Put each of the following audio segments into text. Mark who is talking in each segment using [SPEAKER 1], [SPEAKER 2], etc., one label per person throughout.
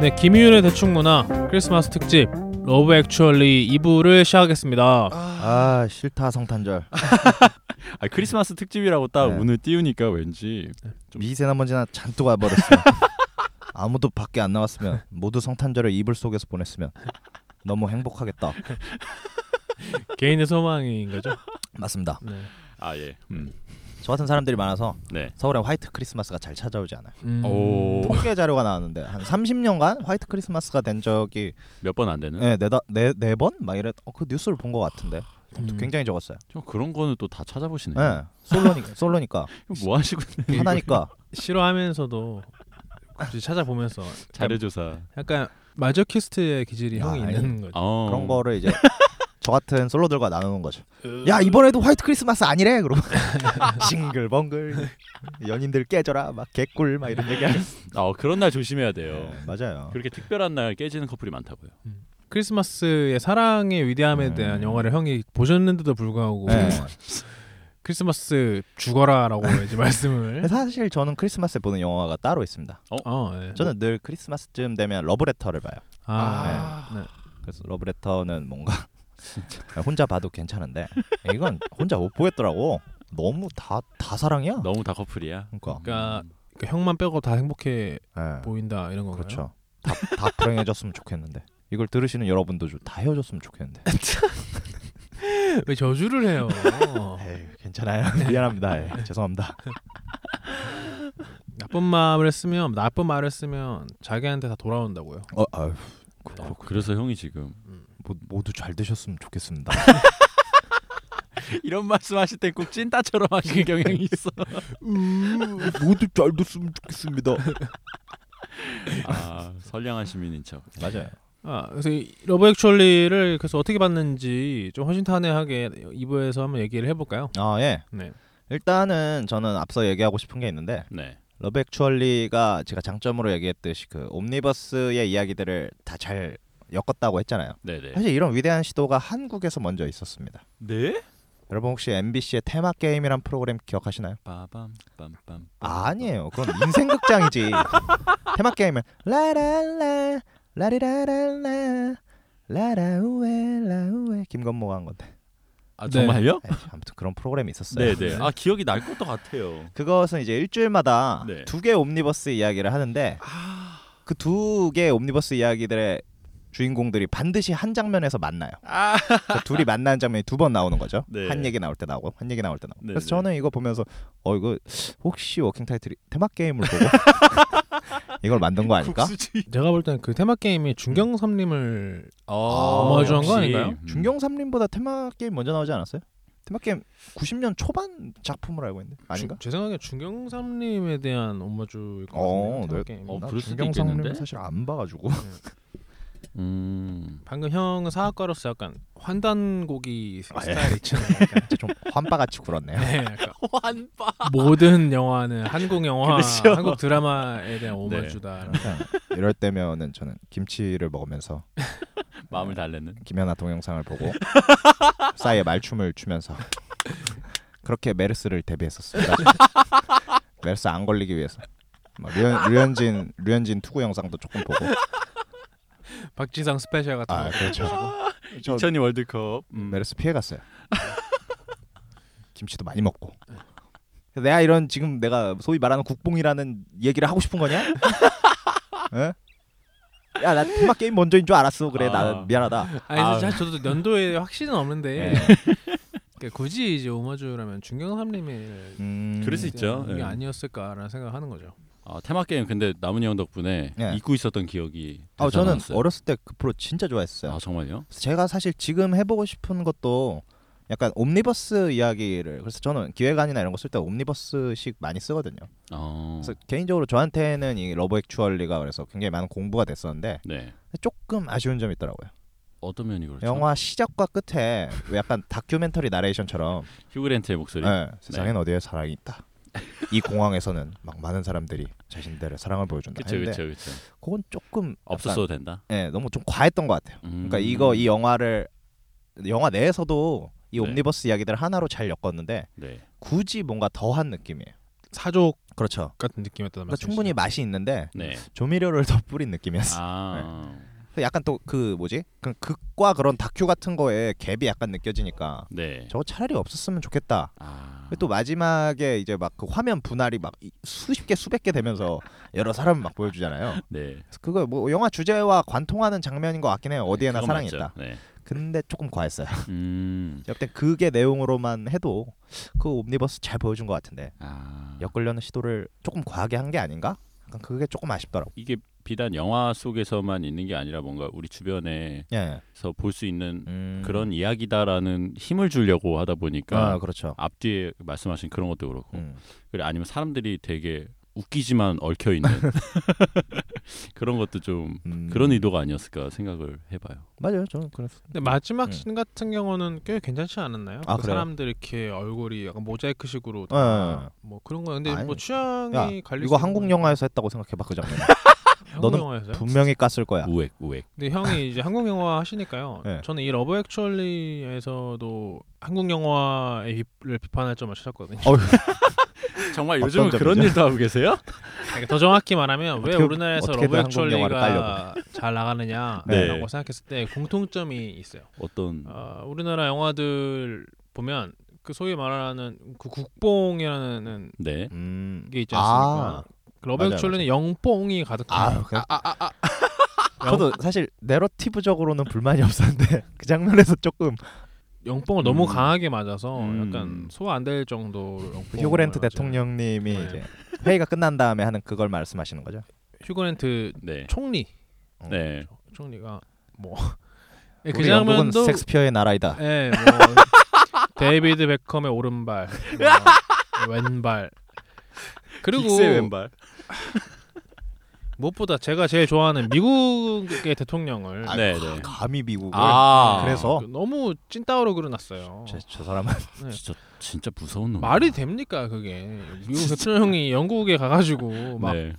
[SPEAKER 1] 네, 김희윤의 대충 문화 크리스마스 특집 러브 액츄얼리 2부를 시작하겠습니다.
[SPEAKER 2] 아 싫다 성탄절
[SPEAKER 3] 아 크리스마스 특집이라고 딱
[SPEAKER 2] 네.
[SPEAKER 3] 운을 띄우니까 왠지
[SPEAKER 2] 미세나먼지나 잔뜩 와버렸어 아무도 밖에 안 나왔으면 모두 성탄절을 이불 속에서 보냈으면 너무 행복하겠다
[SPEAKER 1] 개인의 소망인 거죠?
[SPEAKER 2] 맞습니다
[SPEAKER 1] 네.
[SPEAKER 3] 아 예. 음.
[SPEAKER 2] 저 같은 사람들이 많아서
[SPEAKER 3] 네.
[SPEAKER 2] 서울에 화이트 크리스마스가 잘 찾아오지 않아요
[SPEAKER 1] 음.
[SPEAKER 3] 오.
[SPEAKER 2] 통계 자료가 나왔는데 한 30년간 화이트 크리스마스가 된 적이 예, 네
[SPEAKER 3] 몇 번 안 되는?
[SPEAKER 2] 네네번막 이래 어, 그 뉴스를 본 것 같은데
[SPEAKER 1] 음.
[SPEAKER 2] 굉장히 적었어요
[SPEAKER 3] 저 그런 거는 또 다 찾아보시네.
[SPEAKER 2] 예 솔로니까 솔로니까
[SPEAKER 3] 이거 뭐 하시고 있는
[SPEAKER 2] 하나니까
[SPEAKER 1] 싫어하면서도 굳이 찾아보면서
[SPEAKER 3] 자료조사.
[SPEAKER 1] 약간 마저키스트의 기질이
[SPEAKER 2] 아,
[SPEAKER 1] 형이
[SPEAKER 2] 아니.
[SPEAKER 1] 있는 거죠.
[SPEAKER 3] 어.
[SPEAKER 2] 그런 거를 이제 저 같은 솔로들과 나누는 거죠. 야 이번에도 화이트 크리스마스 아니래. 그러면 싱글벙글 연인들 깨져라 막 개꿀 막 이런 얘기하는.
[SPEAKER 3] 아 그런 날 조심해야 돼요.
[SPEAKER 2] 네, 맞아요.
[SPEAKER 3] 그렇게 특별한 날 깨지는 커플이 많다고요.
[SPEAKER 1] 크리스마스의 사랑의 위대함에
[SPEAKER 2] 음.
[SPEAKER 1] 대한 영화를 형이 보셨는데도 불구하고
[SPEAKER 2] 네.
[SPEAKER 1] 크리스마스 죽어라라고 이제 말씀을.
[SPEAKER 2] 사실 저는 크리스마스에 보는 영화가 따로 있습니다.
[SPEAKER 1] 어, 네.
[SPEAKER 2] 저는 늘 크리스마스쯤 되면 러브레터를 봐요.
[SPEAKER 1] 아, 네.
[SPEAKER 2] 그래서 러브레터는 뭔가 혼자 봐도 괜찮은데 이건 혼자 못 보겠더라고. 너무 다 다 사랑이야.
[SPEAKER 3] 너무 다 커플이야.
[SPEAKER 2] 그러니까
[SPEAKER 1] 그러니까 그 형만 빼고 다 행복해
[SPEAKER 2] 예.
[SPEAKER 1] 보인다 이런 건가요?
[SPEAKER 2] 그렇죠. 다, 다 불행해졌으면 좋겠는데 이걸 들으시는 여러분도 좀 다 헤어졌으면 좋겠는데.
[SPEAKER 1] 왜 저주를 해요?
[SPEAKER 2] 에이, 괜찮아요. 미안합니다. 예, 죄송합니다.
[SPEAKER 1] 나쁜 말을 쓰면 나쁜 말을 쓰면 자기한테 다 돌아온다고요.
[SPEAKER 2] 어, 아유,
[SPEAKER 3] 어, 그래서 형이 지금
[SPEAKER 2] 모, 모두 잘 되셨으면 좋겠습니다.
[SPEAKER 3] 이런 말씀하실 때 꼭 찐따처럼 하시는 경향이 있어.
[SPEAKER 2] 모두 잘 됐으면 좋겠습니다.
[SPEAKER 3] 아 선량한 시민인 척.
[SPEAKER 2] 맞아요.
[SPEAKER 1] 아, 그래서 이 러브 액츄얼리를 그래서 어떻게 봤는지 좀 허심탄회하게 2부에서 한번 얘기를 해볼까요?
[SPEAKER 2] 아 예.
[SPEAKER 1] 네.
[SPEAKER 2] 일단은 저는 앞서 얘기하고 싶은 게 있는데
[SPEAKER 3] 네.
[SPEAKER 2] 러브 액츄얼리가 제가 장점으로 얘기했듯이 그 옴니버스의 이야기들을 다 잘 엮었다고 했잖아요.
[SPEAKER 3] 네네.
[SPEAKER 2] 사실 이런 위대한 시도가 한국에서 먼저 있었습니다.
[SPEAKER 3] 네?
[SPEAKER 2] 여러분 혹시 MBC의 테마 게임이란 프로그램 기억하시나요?
[SPEAKER 3] 빠밤 빰빰.
[SPEAKER 2] 아니에요. 그건 인생 극장이지. 테마 게임은 라라라 라리라라라 라라우에 라우에 김건모가 한 건데.
[SPEAKER 3] 아
[SPEAKER 1] 네.
[SPEAKER 3] 정말요?
[SPEAKER 2] 에이, 아무튼 그런 프로그램이 있었어요.
[SPEAKER 3] 네네. 아 기억이 날 것도 같아요.
[SPEAKER 2] 그것은 이제 일주일마다
[SPEAKER 3] 네. 아.
[SPEAKER 2] 두 개의 옴니버스 이야기를 하는데 그 두 개의 옴니버스 이야기들의 주인공들이 반드시 한 장면에서 만나요.
[SPEAKER 3] 아
[SPEAKER 2] 그러니까 둘이 만나는 장면이 두 번 나오는 거죠.
[SPEAKER 3] 네.
[SPEAKER 2] 한 얘기 나올 때 나오고 한 얘기 나올 때 나오고.
[SPEAKER 3] 네,
[SPEAKER 2] 그래서
[SPEAKER 3] 네.
[SPEAKER 2] 저는 이거 보면서 어 이거 혹시 워킹 타이틀이 테마 게임을 보고 이걸 만든 거 아닐까?
[SPEAKER 3] 국수지.
[SPEAKER 1] 제가 볼 때는 그 테마 게임이 중경삼림을
[SPEAKER 2] 아,
[SPEAKER 3] 아,
[SPEAKER 2] 어마어마한
[SPEAKER 1] 거 아닌가요?
[SPEAKER 3] 음.
[SPEAKER 2] 중경 삼림보다 테마 게임 먼저 나오지 않았어요? 테마 게임 90년 초반 작품으로 알고 있는데 아닌가?
[SPEAKER 1] 주, 제 생각에 중경삼림에 대한 오마주일 것 같은데.
[SPEAKER 2] 어, 네.
[SPEAKER 1] 테마 게임.
[SPEAKER 3] 어.
[SPEAKER 2] 나
[SPEAKER 3] 그럴 수도
[SPEAKER 2] 중경 삼림
[SPEAKER 3] 있겠는데?
[SPEAKER 2] 사실 안 봐가지고
[SPEAKER 3] 음.
[SPEAKER 1] 방금 형은 사학과로서 약간 환단고기
[SPEAKER 2] 아, 예.
[SPEAKER 1] 스타일 있잖아요.
[SPEAKER 2] 진짜 좀 환빠같이 굴었네요.
[SPEAKER 1] 네, 약간
[SPEAKER 3] 환빠.
[SPEAKER 1] 모든 영화는 한국 영화,
[SPEAKER 3] 그렇죠.
[SPEAKER 1] 한국 드라마에 대한 오마주다.
[SPEAKER 2] 그냥 이럴 때면은 저는 김치를 먹으면서
[SPEAKER 3] 마음을 달래는.
[SPEAKER 2] 김연아 동영상을 보고 싸이의 말춤을 추면서 그렇게 메르스를 대비했었습니다. 메르스 안 걸리기 위해서 막 류현, 류현진 류현진 투구 영상도 조금 보고
[SPEAKER 1] 박지상 스페셜 같은 거.
[SPEAKER 2] 아 그렇죠. 저
[SPEAKER 3] 2002 월드컵. 음.
[SPEAKER 2] 메르스 피해갔어요. 김치도 많이 먹고.
[SPEAKER 3] 네.
[SPEAKER 2] 내가 이런 지금 내가 소위 말하는 국뽕이라는 얘기를 하고 싶은 거냐? 어? 야나 테마 게임 먼저인 줄 알았어. 그래
[SPEAKER 3] 아.
[SPEAKER 2] 나 미안하다.
[SPEAKER 1] 아니
[SPEAKER 3] 아.
[SPEAKER 1] 사실 저도 연도에 확신은 없는데
[SPEAKER 2] 예.
[SPEAKER 1] 그러니까 굳이 이제 오마주라면 중경삼림의
[SPEAKER 2] 음,
[SPEAKER 3] 그럴 수 있죠.
[SPEAKER 1] 이게
[SPEAKER 3] 예.
[SPEAKER 1] 아니었을까라는 생각하는 을 거죠.
[SPEAKER 3] 아, 테마 게임 근데 남은이 형 덕분에
[SPEAKER 2] 예.
[SPEAKER 3] 잊고 있었던 기억이.
[SPEAKER 2] 아
[SPEAKER 3] 되살아났어요.
[SPEAKER 2] 저는 어렸을 때 그 프로 진짜 좋아했어요.
[SPEAKER 3] 아 정말요?
[SPEAKER 2] 제가 사실 지금 해보고 싶은 것도 약간 옴니버스 이야기를 그래서 저는 기획안이나 이런 거 쓸 때 옴니버스식 많이 쓰거든요.
[SPEAKER 3] 어.
[SPEAKER 2] 그래서 개인적으로 저한테는 이 러브 액츄얼리가 그래서 굉장히 많은 공부가 됐었는데
[SPEAKER 3] 네.
[SPEAKER 2] 조금 아쉬운 점이 있더라고요.
[SPEAKER 3] 어떤 면이 그렇죠?
[SPEAKER 2] 영화 시작과 끝에 왜 약간 다큐멘터리 나레이션처럼
[SPEAKER 3] 휴그랜트의 목소리.
[SPEAKER 2] 예, 세상엔 어디에 사랑이 있다. 이 공항에서는 막 많은 사람들이 자신들의 사랑을 보여준다.
[SPEAKER 3] 그렇죠,
[SPEAKER 2] 했는데
[SPEAKER 3] 그렇죠, 그렇죠.
[SPEAKER 2] 그건 조금 약간,
[SPEAKER 3] 없었어도 된다.
[SPEAKER 2] 예, 너무 좀 과했던 것 같아요.
[SPEAKER 3] 음.
[SPEAKER 2] 그러니까 이거 이 영화를 영화 내에서도 이
[SPEAKER 3] 네.
[SPEAKER 2] 옴니버스 이야기들 하나로 잘 엮었는데
[SPEAKER 3] 네.
[SPEAKER 2] 굳이 뭔가 더한 느낌이에요.
[SPEAKER 1] 사족
[SPEAKER 2] 그렇죠.
[SPEAKER 1] 같은 느낌이었단
[SPEAKER 2] 그러니까
[SPEAKER 1] 말이죠.
[SPEAKER 2] 충분히 맛이 있는데
[SPEAKER 3] 네.
[SPEAKER 2] 조미료를 더 뿌린 느낌이었어.
[SPEAKER 3] 아.
[SPEAKER 2] 약간 또 그 뭐지? 그 극과 그런 다큐 같은 거에 갭이 약간 느껴지니까
[SPEAKER 3] 네.
[SPEAKER 2] 저거 차라리 없었으면 좋겠다.
[SPEAKER 3] 아.
[SPEAKER 2] 근데 또 마지막에 이제 막 그 화면 분할이 막 이- 수십 개 수백 개 되면서 여러 사람을 막 보여주잖아요.
[SPEAKER 3] 네.
[SPEAKER 2] 그래서 그거 뭐 영화 주제와 관통하는 장면인 것 같긴 해요. 어디에나
[SPEAKER 3] 그건
[SPEAKER 2] 사랑이
[SPEAKER 3] 맞죠.
[SPEAKER 2] 있다.
[SPEAKER 3] 네.
[SPEAKER 2] 근데 조금 과했어요.
[SPEAKER 3] 음.
[SPEAKER 2] 역대 그게 내용으로만 해도 그 옴니버스 잘 보여준 것 같은데
[SPEAKER 3] 아.
[SPEAKER 2] 엮으려는 시도를 조금 과하게 한 게 아닌가? 약간 그게 조금 아쉽더라고.
[SPEAKER 3] 이게 비단 영화 속에서만 있는 게 아니라 뭔가 우리 주변에서
[SPEAKER 2] 예.
[SPEAKER 3] 볼 수 있는
[SPEAKER 2] 음.
[SPEAKER 3] 그런 이야기다라는 힘을 주려고 하다 보니까
[SPEAKER 2] 아 그렇죠.
[SPEAKER 3] 앞뒤에 말씀하신 그런 것도 그렇고
[SPEAKER 2] 음.
[SPEAKER 3] 그리고 아니면 사람들이 되게 웃기지만 얽혀 있는 그런 것도 좀
[SPEAKER 2] 음.
[SPEAKER 3] 그런 의도가 아니었을까 생각을 해봐요.
[SPEAKER 2] 맞아요. 저는 그랬어.
[SPEAKER 1] 근데 마지막
[SPEAKER 2] 음.
[SPEAKER 1] 씬 같은 경우는 꽤 괜찮지 않았나요?
[SPEAKER 2] 아,
[SPEAKER 1] 그
[SPEAKER 2] 그래요?
[SPEAKER 1] 사람들 이렇게 얼굴이 약간 모자이크식으로
[SPEAKER 2] 예.
[SPEAKER 1] 다 뭐 그런 거 근데
[SPEAKER 2] 아니,
[SPEAKER 1] 뭐 취향이
[SPEAKER 2] 야,
[SPEAKER 1] 갈릴 수
[SPEAKER 2] 이거
[SPEAKER 1] 있는
[SPEAKER 2] 한국
[SPEAKER 1] 거니까.
[SPEAKER 2] 영화에서 했다고 생각해봐 그 장면.
[SPEAKER 1] 한국
[SPEAKER 2] 너는
[SPEAKER 1] 영화에서요?
[SPEAKER 2] 분명히 깠을
[SPEAKER 1] 아.
[SPEAKER 2] 거야.
[SPEAKER 3] 우액 우액.
[SPEAKER 1] 근데 형이 이제 한국 영화 하시니까요.
[SPEAKER 2] 네.
[SPEAKER 1] 저는 이 러브 액츄얼리에서도 한국 영화의 비- 를 비판할 점을 찾았거든요.
[SPEAKER 3] 정말
[SPEAKER 2] 요즘은 그런
[SPEAKER 3] 일도 하고 계세요?
[SPEAKER 1] 그러니까 더 정확히 말하면 왜
[SPEAKER 2] 어떻게-
[SPEAKER 1] 우리나라에서
[SPEAKER 2] 어떻게든
[SPEAKER 1] 러브
[SPEAKER 2] 한국 영화를
[SPEAKER 1] 액츄얼리가 잘 나가느냐라고
[SPEAKER 3] 네.
[SPEAKER 1] 생각했을 때 공통점이 있어요.
[SPEAKER 3] 어떤
[SPEAKER 1] 어, 우리나라 영화들 보면 그 소위 말하는 그 국뽕이라는
[SPEAKER 3] 네.
[SPEAKER 2] 음.
[SPEAKER 1] 게 있지 않습니까? 그 러브
[SPEAKER 2] 맞아요,
[SPEAKER 1] 액츄얼리는 영뽕이 가득해요.
[SPEAKER 2] 아, 그냥- 저도 사실 내러티브적으로는 불만이 없었는데 그 장면에서 조금
[SPEAKER 1] 영뽕을 너무
[SPEAKER 3] 음.
[SPEAKER 1] 강하게 맞아서
[SPEAKER 3] 음.
[SPEAKER 1] 약간 소화 안 될 정도 영뽕을
[SPEAKER 2] 휴그랜트
[SPEAKER 1] 맞아요.
[SPEAKER 2] 대통령님이
[SPEAKER 1] 네.
[SPEAKER 2] 이제 회의가 끝난 다음에 하는 그걸 말씀하시는 거죠.
[SPEAKER 1] 휴그랜트
[SPEAKER 3] 네.
[SPEAKER 1] 음. 총리
[SPEAKER 3] 네.
[SPEAKER 1] 총리가 뭐
[SPEAKER 2] 우리
[SPEAKER 1] 그
[SPEAKER 2] 영국은
[SPEAKER 1] 장면도
[SPEAKER 2] 섹스피어의 나라이다.
[SPEAKER 1] 예, 뭐 데이비드 베컴의 오른발, 뭐, 왼발. 그리고 무엇보다 제가 제일 좋아하는 미국의 대통령을
[SPEAKER 2] 아,
[SPEAKER 3] 네, 네.
[SPEAKER 2] 감히 미국을
[SPEAKER 3] 아.
[SPEAKER 2] 그래서
[SPEAKER 1] 그 너무 찐따오로 그려놨어요.
[SPEAKER 2] 저, 저 사람은
[SPEAKER 3] 진짜 진짜 무서운 놈.
[SPEAKER 1] 말이 됩니까 그게 미국 대통령이 영국에 가가지고 막
[SPEAKER 3] 네.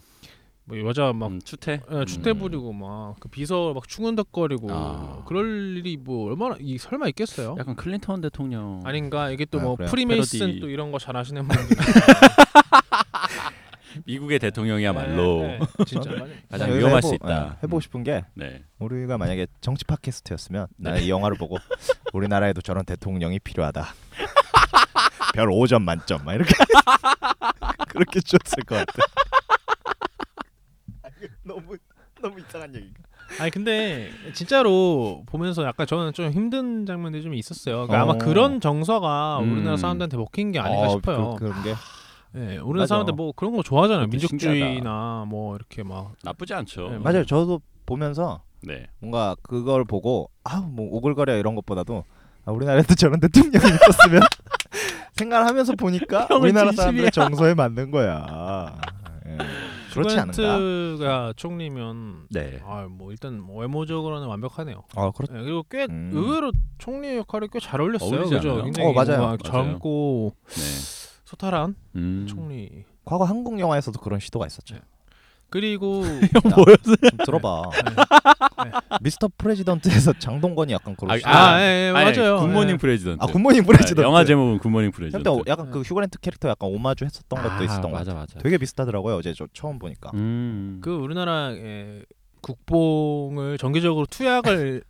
[SPEAKER 1] 뭐 여자 막
[SPEAKER 3] 음, 추태.
[SPEAKER 1] 예, 추태
[SPEAKER 3] 음.
[SPEAKER 1] 부리고 막 그 비서 막 충은덕거리고
[SPEAKER 3] 아.
[SPEAKER 1] 그럴 일이 뭐 얼마나 이 설마 있겠어요?
[SPEAKER 3] 약간 클린턴 대통령.
[SPEAKER 1] 아닌가 이게
[SPEAKER 2] 아,
[SPEAKER 1] 또 뭐
[SPEAKER 2] 그래요?
[SPEAKER 1] 프리메이슨
[SPEAKER 3] 패러디.
[SPEAKER 1] 또 이런 거 잘 아시는 분들
[SPEAKER 3] 미국의 대통령이야말로
[SPEAKER 1] 네, 네, 진짜
[SPEAKER 3] 가장
[SPEAKER 2] 여기서
[SPEAKER 3] 위험할
[SPEAKER 2] 해보-
[SPEAKER 3] 수 있다.
[SPEAKER 2] 예, 해보고 싶은 게
[SPEAKER 3] 네.
[SPEAKER 2] 우리가 만약에 정치 팟캐스트였으면
[SPEAKER 3] 네.
[SPEAKER 2] 나는 이 영화를 보고 우리나라에도 저런 대통령이 필요하다. 별 5점 만점 막 이렇게 그렇게 줬을 것 같아. 너무 너무 이상한 얘기.
[SPEAKER 1] 아니 근데 진짜로 보면서 약간 저는 좀 힘든 장면들이 좀 있었어요. 그러니까 아마
[SPEAKER 2] 어.
[SPEAKER 1] 그런 정서가
[SPEAKER 3] 음.
[SPEAKER 1] 우리나라 사람들한테 먹힌 게 아닌가 싶어요.
[SPEAKER 2] 그, 런 게.
[SPEAKER 1] 예, 우리나라
[SPEAKER 2] 맞아.
[SPEAKER 1] 사람들 뭐 그런 거 좋아하잖아요.
[SPEAKER 3] 그것도
[SPEAKER 1] 민족주의나 뭐 이렇게 막
[SPEAKER 3] 나쁘지 않죠.
[SPEAKER 1] 네,
[SPEAKER 2] 맞아요. 저도 보면서
[SPEAKER 3] 네.
[SPEAKER 2] 뭔가 그걸 보고 아우 뭐 오글거려 이런 것보다도 아, 우리나라에도 저런 대통령이 있었으면 생각을 하면서 보니까
[SPEAKER 3] 형은
[SPEAKER 2] 우리나라
[SPEAKER 3] 진심이야.
[SPEAKER 2] 사람들의 정서에 맞는 거야. 예. 그렇지 않은가?
[SPEAKER 1] 슈그랜트가 총리면
[SPEAKER 3] 네.
[SPEAKER 1] 아 뭐 일단 뭐 외모적으로는 완벽하네요.
[SPEAKER 2] 아 그렇.
[SPEAKER 1] 예, 그리고 꽤
[SPEAKER 2] 음.
[SPEAKER 1] 의외로 총리 역할이 꽤 잘 어울렸어요.
[SPEAKER 3] 어울리지
[SPEAKER 1] 그죠?
[SPEAKER 3] 않아요?
[SPEAKER 1] 굉장히
[SPEAKER 2] 어, 맞아요.
[SPEAKER 1] 뭔가
[SPEAKER 3] 맞아요.
[SPEAKER 1] 젊고
[SPEAKER 3] 네.
[SPEAKER 1] 소탈한
[SPEAKER 3] 음.
[SPEAKER 1] 총리.
[SPEAKER 2] 과거 한국 영화에서도 그런 시도가 있었죠.
[SPEAKER 1] 네. 그리고
[SPEAKER 3] 뭐였어요? 네.
[SPEAKER 2] 좀 들어봐. 미스터 프레지던트에서 장동건이 약간 그런.
[SPEAKER 3] 아,
[SPEAKER 2] 시도.
[SPEAKER 1] 아, 예, 예, 맞아요.
[SPEAKER 3] 굿모닝
[SPEAKER 1] 예.
[SPEAKER 3] 프레지던트.
[SPEAKER 2] 아 굿모닝 프레지던트.
[SPEAKER 3] 네, 영화 제목은 굿모닝 프레지던트.
[SPEAKER 2] 근데 약간 그 휴그랜트 캐릭터 약간 오마주 했었던 것도 있었던 것 같아.
[SPEAKER 3] 맞아 맞아.
[SPEAKER 2] 되게 비슷하더라고요. 어제 저 처음 보니까.
[SPEAKER 3] 음.
[SPEAKER 1] 그 우리나라의 예, 국뽕을 정기적으로 투약을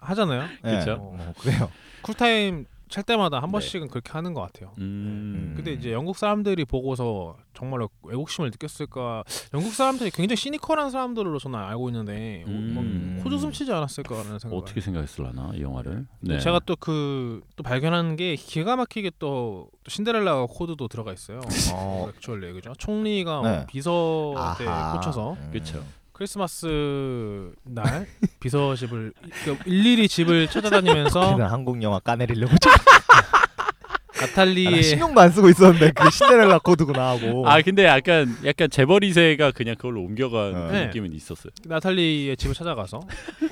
[SPEAKER 1] 하잖아요.
[SPEAKER 3] 그쵸?
[SPEAKER 1] 어,
[SPEAKER 2] 어, 그래요.
[SPEAKER 1] 쿨타임 찰 때마다 한
[SPEAKER 3] 네.
[SPEAKER 1] 번씩은 그렇게 하는 것 같아요.
[SPEAKER 3] 음.
[SPEAKER 1] 근데 이제 영국 사람들이 보고서 정말로 애국심을 느꼈을까? 영국 사람들이 굉장히 시니컬한 사람들로 저는 알고 있는데 어,
[SPEAKER 3] 음.
[SPEAKER 1] 막 호주숨 치지 않았을까라는 생각.
[SPEAKER 3] 어떻게 생각했을라나 이 영화를?
[SPEAKER 1] 네. 제가 또 그 또 발견한 게 기가 막히게 또, 또 신데렐라 코드도 들어가 있어요.
[SPEAKER 2] 어.
[SPEAKER 1] 액츄얼리 그죠? 총리가
[SPEAKER 2] 네.
[SPEAKER 1] 비서 때
[SPEAKER 2] 아하.
[SPEAKER 1] 꽂혀서
[SPEAKER 2] 음.
[SPEAKER 3] 어, 그쵸.
[SPEAKER 1] 크리스마스 날 비서 집을 그러니까 일일이 집을 찾아다니면서
[SPEAKER 3] 어.
[SPEAKER 2] 걔는 한국 영화 까내리려고 좀- 아, 나
[SPEAKER 1] 나탈리의
[SPEAKER 2] 신경도 안 쓰고 있었는데 그 신데렐라 코드구나 하고.
[SPEAKER 3] 예. 아 근데 약간 약간 재벌이세가 그냥 그걸로 옮겨간
[SPEAKER 2] 어.
[SPEAKER 1] 네.
[SPEAKER 3] 느낌은 있었어요.
[SPEAKER 1] 나탈리의 집을 찾아가서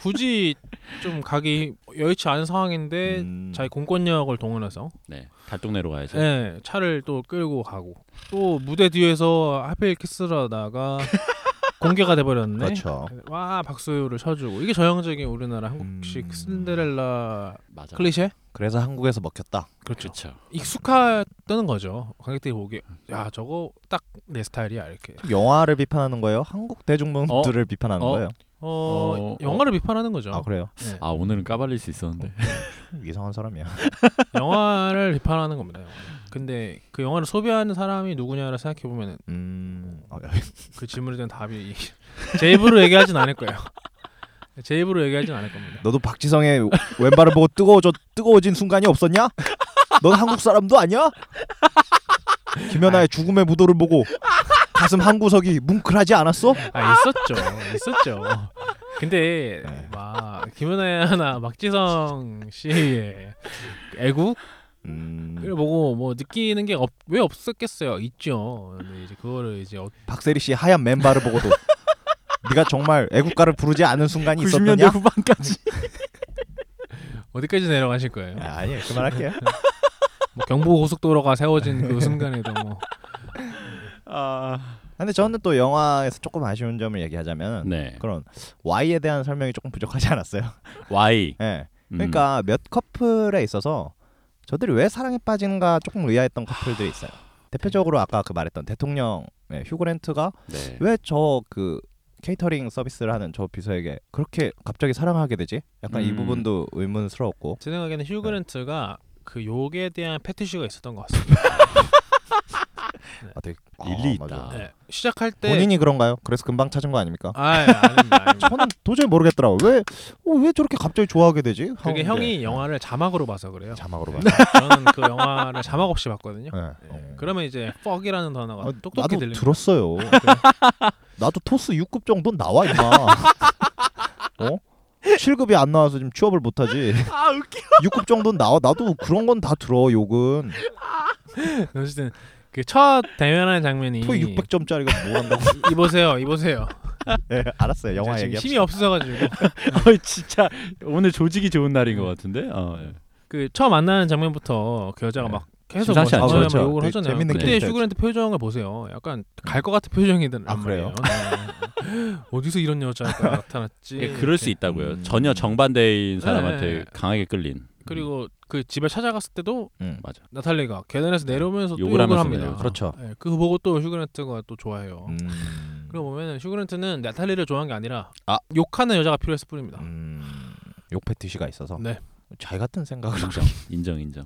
[SPEAKER 1] 굳이 좀 가기 여의치 않은 상황인데
[SPEAKER 2] 음.
[SPEAKER 1] 자기 공권력을 동원해서
[SPEAKER 3] 네. 달동네로 가야죠.
[SPEAKER 1] 예, 차를 또 끌고 가고 또 무대 뒤에서 하필 키스를 하다가 공개가 돼버렸네.
[SPEAKER 2] 그렇죠.
[SPEAKER 1] 와 박수를 쳐주고 이게 전형적인 우리나라 한국식
[SPEAKER 2] 음.
[SPEAKER 1] 신데렐라
[SPEAKER 3] 맞아.
[SPEAKER 1] 클리셰?
[SPEAKER 2] 그래서 한국에서 먹혔다.
[SPEAKER 1] 그렇죠.
[SPEAKER 3] 그렇죠.
[SPEAKER 1] 익숙했다는 거죠. 관객들이 보기
[SPEAKER 2] 음.
[SPEAKER 1] 야 저거 딱 내 스타일이야 이렇게.
[SPEAKER 2] 영화를 비판하는 거예요? 한국 대중문들을 비판하는
[SPEAKER 3] 어?
[SPEAKER 2] 거예요?
[SPEAKER 1] 어,
[SPEAKER 3] 어,
[SPEAKER 1] 영화를 비판하는 거죠.
[SPEAKER 2] 아 그래요?
[SPEAKER 1] 네.
[SPEAKER 3] 아 오늘은 까발릴 수 있었는데.
[SPEAKER 2] 어. 이상한 사람이야.
[SPEAKER 1] 영화를 비판하는 겁니다. 영화를. 근데 그 영화를 소비하는 사람이 누구냐를 생각해 보면
[SPEAKER 2] 음, 어,
[SPEAKER 1] 그 질문에 대한 답이 제 입으로 얘기하진 않을 거예요. 제 입으로 얘기하진 않을 겁니다.
[SPEAKER 2] 너도 박지성의 왼발을 보고 뜨거워져 뜨거워진 순간이 없었냐? 넌 한국 사람도 아니야? 김연아의 죽음의 무도를 보고 가슴 한 구석이 뭉클하지 않았어?
[SPEAKER 1] 아 있었죠, 있었죠. 근데
[SPEAKER 2] 네.
[SPEAKER 1] 막 김은혜나 막지성 씨의 애국 을
[SPEAKER 2] 음,
[SPEAKER 1] 보고 뭐 느끼는 게 왜 없었겠어요? 있죠. 근데 이제 그거를 이제 어-
[SPEAKER 2] 박세리 씨 하얀 맨발을 보고도 네가 정말 애국가를 부르지 않은 순간이
[SPEAKER 3] 90년대
[SPEAKER 2] 있었느냐?
[SPEAKER 3] 후반까지.
[SPEAKER 1] 어디까지 내려가실 거예요?
[SPEAKER 2] 아, 아니 그만할게요.
[SPEAKER 1] 뭐 경부 고속도로가 세워진 그 순간에도 뭐
[SPEAKER 3] 아.
[SPEAKER 2] 근데 저는 또 영화에서 조금 아쉬운 점을 얘기하자면
[SPEAKER 3] 네.
[SPEAKER 2] 그런 Y에 대한 설명이 조금 부족하지 않았어요.
[SPEAKER 3] Y.
[SPEAKER 2] 예.
[SPEAKER 3] 음.
[SPEAKER 2] 그러니까 몇 커플에 있어서 저들이 왜 사랑에 빠진가 조금 의아했던 커플들이 있어요. 대표적으로 아까 그 말했던 대통령의 휴그랜트가
[SPEAKER 3] 네.
[SPEAKER 2] 왜 저 그 케이터링 서비스를 하는 저 비서에게 그렇게 갑자기 사랑하게 되지? 약간 이
[SPEAKER 3] 음.
[SPEAKER 2] 부분도 의문스러웠고
[SPEAKER 1] 제 생각에는 휴 그랜트가 그 욕에 대한 패티슈가 있었던 것 같습니다.
[SPEAKER 2] 아, 되게
[SPEAKER 3] 네. 일리
[SPEAKER 2] 맞아.
[SPEAKER 3] 있다.
[SPEAKER 1] 네. 시작할 때
[SPEAKER 2] 본인이 그런가요? 그래서 금방 찾은 거 아닙니까?
[SPEAKER 1] 아, 예, 아닙니다. 아닙니다.
[SPEAKER 2] 저는 도저히 모르겠더라고. 왜, 어, 왜 저렇게 갑자기 좋아하게 되지?
[SPEAKER 1] 그게
[SPEAKER 2] 하는데.
[SPEAKER 1] 형이 영화를 자막으로 봐서 그래요.
[SPEAKER 2] 자막으로
[SPEAKER 1] 네,
[SPEAKER 2] 봤어.
[SPEAKER 1] 저는 그 영화를 자막 없이 봤거든요.
[SPEAKER 2] 네.
[SPEAKER 1] 예,
[SPEAKER 2] 어.
[SPEAKER 1] 그러면 이제 fuck이라는 단어가
[SPEAKER 2] 아,
[SPEAKER 1] 똑똑히
[SPEAKER 2] 나도
[SPEAKER 1] 들리는
[SPEAKER 2] 들었어요. 나도 토스 6급 정도 는 나와 임마. 어? 7급이 안 나와서 지금 취업을 못 하지.
[SPEAKER 3] 아 웃기.
[SPEAKER 2] 6급 정도는 나와. 나도 그런 건 다 들어. 욕은.
[SPEAKER 1] 거예요. 어쨌든 그 첫 대면하는 장면이
[SPEAKER 2] 토 600점짜리가 뭐 한다고.
[SPEAKER 1] 이보세요, 이보세요.
[SPEAKER 2] 예, 알았어요. 영화
[SPEAKER 1] 지금
[SPEAKER 2] 얘기.
[SPEAKER 1] 힘이 없어가지고
[SPEAKER 3] 어이 진짜 오늘 조직이 좋은 날인 것 같은데. 어, 예.
[SPEAKER 1] 그 처음 만나는 장면부터 그 여자가
[SPEAKER 2] 네.
[SPEAKER 1] 막 계속 뭐
[SPEAKER 3] 심상치 않죠.
[SPEAKER 1] 자녀
[SPEAKER 2] 그렇죠.
[SPEAKER 1] 욕을
[SPEAKER 2] 되게
[SPEAKER 1] 하잖아요.
[SPEAKER 2] 재밌는
[SPEAKER 1] 그때
[SPEAKER 2] 캐릭터였죠.
[SPEAKER 1] 슈그랜트 표정을 보세요. 약간 갈 것 같은 표정이든 네.
[SPEAKER 2] 아, 그래요?
[SPEAKER 1] 어디서 이런 여자가 나타났지?
[SPEAKER 2] 네,
[SPEAKER 3] 예, 그럴 수 있다고요.
[SPEAKER 2] 음.
[SPEAKER 3] 전혀 정반대인 사람한테
[SPEAKER 1] 네.
[SPEAKER 3] 강하게 끌린.
[SPEAKER 1] 그리고 그 집에 찾아갔을 때도
[SPEAKER 2] 음.
[SPEAKER 3] 맞아.
[SPEAKER 1] 나탈리가 계단에서 내려오면서 또
[SPEAKER 3] 욕을
[SPEAKER 1] 욕을
[SPEAKER 3] 하면서
[SPEAKER 1] 합니다.
[SPEAKER 3] 내려요.
[SPEAKER 2] 네. 그렇죠.
[SPEAKER 1] 예, 그거 보고 또 슈그랜트가 또 좋아해요.
[SPEAKER 2] 음.
[SPEAKER 1] 어. 그러고 보면 슈그랜트는 나탈리를 좋아한 게 아니라
[SPEAKER 2] 아.
[SPEAKER 1] 욕하는 여자가 필요했을 뿐입니다.
[SPEAKER 2] 음. 욕 패티시가 있어서.
[SPEAKER 1] 네. 음.
[SPEAKER 2] 자기 같은 생각을.
[SPEAKER 3] 인정. 인정 인정.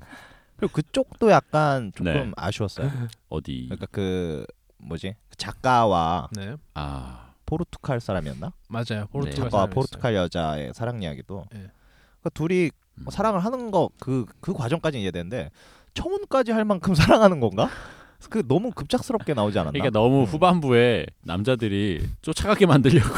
[SPEAKER 2] 그리고 그쪽도 약간 조금
[SPEAKER 3] 네.
[SPEAKER 2] 아쉬웠어요.
[SPEAKER 1] 음.
[SPEAKER 3] 어디
[SPEAKER 2] 그러니까 그 뭐지? 그 작가와
[SPEAKER 1] 네,
[SPEAKER 3] 아
[SPEAKER 2] 포르투갈 사람이었나?
[SPEAKER 1] 맞아요. 포르투갈
[SPEAKER 2] 작가와
[SPEAKER 1] 사람이었어요.
[SPEAKER 2] 네. 포르투갈 여자의 사랑 이야기도
[SPEAKER 1] 예.
[SPEAKER 2] 그러니까 둘이
[SPEAKER 3] 음.
[SPEAKER 2] 사랑을 하는 거 그 그 과정까지 이해되는데 청혼까지 할 만큼 사랑하는 건가? 그 너무 급작스럽게 나오지 않았나?
[SPEAKER 3] 그러니까 너무
[SPEAKER 2] 음.
[SPEAKER 3] 후반부에 남자들이 쫓아가게 만들려고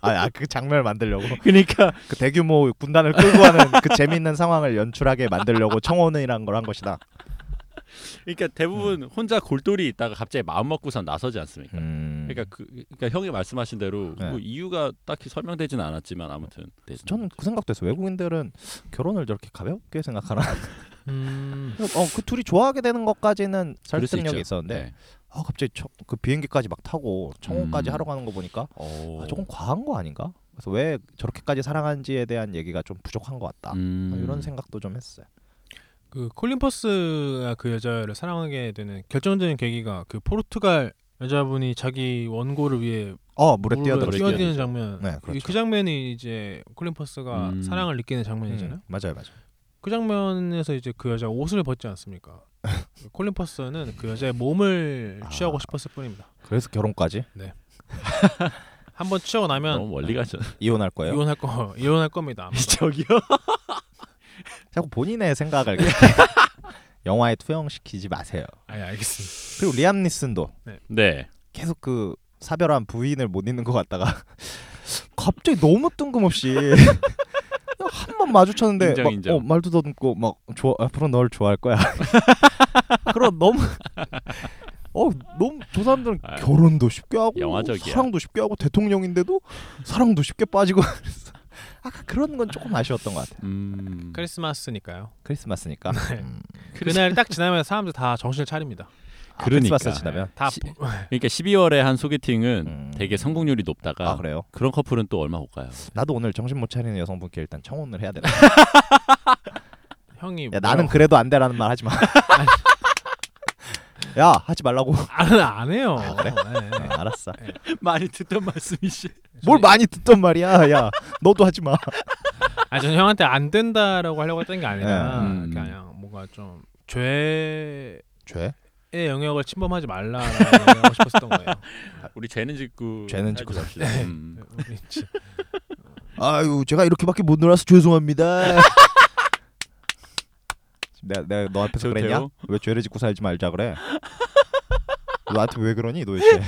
[SPEAKER 2] 아, 아, 그 장면을 만들려고
[SPEAKER 3] 그러니까
[SPEAKER 2] 그 대규모 군단을 끌고 가는 그 재밌는 상황을 연출하게 만들려고 청혼이란 걸 한 것이다.
[SPEAKER 3] 그러니까 대부분 혼자 골똘히 있다가 갑자기 마음 먹고선 나서지 않습니까?
[SPEAKER 2] 음.
[SPEAKER 3] 그러니까 그 그러니까 형이 말씀하신 대로
[SPEAKER 2] 네.
[SPEAKER 3] 뭐 이유가 딱히 설명되진 않았지만 아무튼 네.
[SPEAKER 2] 저는 그 생각도 했어요. 외국인들은 결혼을 저렇게 가볍게 생각하나?
[SPEAKER 1] 음,
[SPEAKER 2] 어, 그 둘이 좋아하게 되는 것까지는
[SPEAKER 3] 그럴 수
[SPEAKER 2] 설득력이
[SPEAKER 3] 있죠.
[SPEAKER 2] 있었는데
[SPEAKER 3] 네.
[SPEAKER 2] 아 갑자기 청- 그 비행기까지 막 타고 청혼까지
[SPEAKER 3] 음.
[SPEAKER 2] 하러 가는 거 보니까
[SPEAKER 3] 어.
[SPEAKER 2] 아, 조금 과한 거 아닌가? 그래서 왜 저렇게까지 사랑하는지에 대한 얘기가 좀 부족한 것 같다.
[SPEAKER 3] 음.
[SPEAKER 2] 뭐 이런 생각도 좀 했어요.
[SPEAKER 1] 그 콜린 퍼스가 그 여자를 사랑하게 되는 결정적인 계기가 그 포르투갈 여자분이 자기 원고를 위해
[SPEAKER 2] 어 물에
[SPEAKER 1] 물에
[SPEAKER 2] 뛰어들었죠.
[SPEAKER 3] 뛰어들-
[SPEAKER 1] 뛰어드는 장면.
[SPEAKER 2] 네, 그렇죠.
[SPEAKER 1] 이- 그 장면이 이제 콜린 퍼스가
[SPEAKER 3] 음.
[SPEAKER 1] 사랑을 느끼는 장면이잖아요.
[SPEAKER 2] 음, 맞아요, 맞아요.
[SPEAKER 1] 그 장면에서 이제 그 여자 옷을 벗지 않습니까? 콜린 퍼스는 그 여자의 몸을
[SPEAKER 2] 아.
[SPEAKER 1] 취하고 싶었을 뿐입니다.
[SPEAKER 2] 그래서 결혼까지
[SPEAKER 1] 한 번 취하고 나면
[SPEAKER 3] 너무 멀리 가죠.
[SPEAKER 2] 이혼할 거예요.
[SPEAKER 1] 이혼할 거 이혼할 겁니다. 아마.
[SPEAKER 3] 저기요.
[SPEAKER 2] 자꾸 본인의 생각을 그렇게 영화에 투영시키지 마세요.
[SPEAKER 1] 아, 예, 알겠습니다.
[SPEAKER 2] 그리고 리암 니슨도
[SPEAKER 3] 네.
[SPEAKER 2] 계속 그 사별한 부인을 못 잊는 것 같다가 갑자기 너무 뜬금없이 한 번 마주쳤는데
[SPEAKER 3] 인정,
[SPEAKER 2] 막,
[SPEAKER 3] 인정.
[SPEAKER 2] 어, 말도 더듬고 막 좋아, 앞으로 널 좋아할 거야. 그럼 너무 어 너무 저 사람들은
[SPEAKER 3] 아,
[SPEAKER 2] 결혼도 쉽게 하고
[SPEAKER 3] 영화적이야.
[SPEAKER 2] 사랑도 쉽게 하고 대통령인데도 사랑도 쉽게 빠지고 그래서 아까 그런 건 조금 아쉬웠던 것 같아요.
[SPEAKER 3] 음.
[SPEAKER 1] 크리스마스니까요.
[SPEAKER 2] 크리스마스니까.
[SPEAKER 1] 네.
[SPEAKER 2] 음.
[SPEAKER 1] 그날 딱 지나면 사람들 다 정신을 차립니다.
[SPEAKER 3] 그러니까.
[SPEAKER 2] 크리스마스 지나면 아,
[SPEAKER 1] 다
[SPEAKER 3] 시- 그러니까 12월에 한 소개팅은
[SPEAKER 2] 음.
[SPEAKER 3] 되게 성공률이 높다가
[SPEAKER 2] 아 그래요?
[SPEAKER 3] 그런 커플은 또 얼마 못 가요.
[SPEAKER 2] 나도 오늘 정신 못 차리는 여성분께 일단 청혼을 해야 되나?
[SPEAKER 1] 형이
[SPEAKER 2] 야, 나는
[SPEAKER 1] 뭐라고-
[SPEAKER 2] 그래도 안 돼라는 말 하지 마. 야 하지 말라고.
[SPEAKER 1] 안, 안 해요.
[SPEAKER 2] 아, 그래?
[SPEAKER 1] 네.
[SPEAKER 2] 네, 알았어.
[SPEAKER 3] 많이 듣던 말씀이시.
[SPEAKER 2] 뭘 많이 듣던 말이야. 야 너도 하지 마.
[SPEAKER 1] 아 저는 형한테 안 된다라고 하려고 했던 게 아니라 그러니까
[SPEAKER 3] 예. 음.
[SPEAKER 1] 그냥 뭔가 좀 죄의
[SPEAKER 2] 죄?
[SPEAKER 1] 영역을 침범하지 말라라고 하고 싶었던 거예요.
[SPEAKER 3] 아, 우리 죄는 짓고
[SPEAKER 2] 죄는 짓고
[SPEAKER 3] 살지 맙시다. 음.
[SPEAKER 1] 우리 지-
[SPEAKER 2] 아유 제가 이렇게밖에 못 놀아서 죄송합니다. 내가 내가 너 앞에서
[SPEAKER 3] 좋대요.
[SPEAKER 2] 그랬냐? 왜 죄를 짓고 살지 말자 그래? 너한테 왜 그러니 도대체?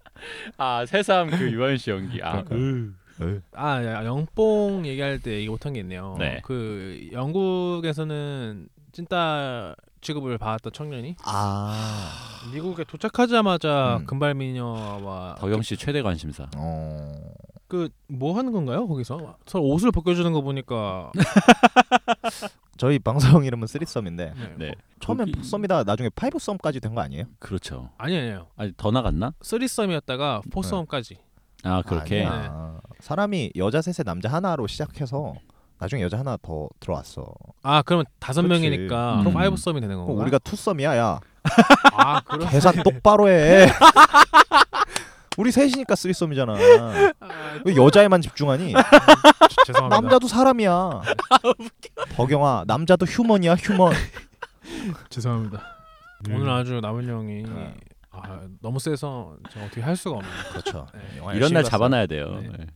[SPEAKER 3] 아 새삼 그 유한 씨 연기. 아 그.
[SPEAKER 1] 아 야, 영뽕 얘기할 때 얘기 못한 게 있네요.
[SPEAKER 3] 네.
[SPEAKER 1] 그 영국에서는 찐따 취급을 받았던 청년이
[SPEAKER 2] 아.
[SPEAKER 1] 미국에 도착하자마자
[SPEAKER 2] 음.
[SPEAKER 1] 금발미녀와
[SPEAKER 3] 덕영 씨 최대 관심사.
[SPEAKER 2] 어.
[SPEAKER 1] 그 뭐 하는 건가요 거기서 서로 옷을 벗겨주는 거 보니까
[SPEAKER 2] 저희 방송 이름은 쓰리썸인데
[SPEAKER 1] 네,
[SPEAKER 3] 네.
[SPEAKER 2] 처음엔
[SPEAKER 3] 거기-
[SPEAKER 2] 썸이다 나중에 파이브썸까지 된 거 아니에요?
[SPEAKER 3] 그렇죠.
[SPEAKER 1] 아니 아니에요
[SPEAKER 3] 아니 더 나갔나?
[SPEAKER 1] 쓰리썸이었다가 포썸까지
[SPEAKER 3] 아 그렇게.
[SPEAKER 2] 아니야. 사람이 여자 셋에 남자 하나로 시작해서 나중에 여자 하나 더 들어왔어.
[SPEAKER 1] 아 그러면 다섯
[SPEAKER 2] 그렇지.
[SPEAKER 1] 명이니까
[SPEAKER 3] 음.
[SPEAKER 1] 파이브 썸이 되는
[SPEAKER 2] 그럼
[SPEAKER 1] 건가?
[SPEAKER 2] 우리가 투썸이야, 야.
[SPEAKER 1] 아 그럼
[SPEAKER 2] 계산 똑바로 해. 우리 셋이니까 쓰리썸이잖아. 아, 그러니까. 왜 여자에만 집중하니?
[SPEAKER 1] 죄송합니다.
[SPEAKER 2] 남자도 사람이야. 버경아, 남자도 휴먼이야, 휴먼.
[SPEAKER 1] 죄송합니다. 오늘 아주 남은 형이
[SPEAKER 2] 네.
[SPEAKER 1] 아, 너무 세서 제가 어떻게 할 수가 없네요.
[SPEAKER 2] 그렇죠.
[SPEAKER 1] 네.
[SPEAKER 3] 이런 날 잡아놔야 돼요.
[SPEAKER 1] 네.
[SPEAKER 3] 네.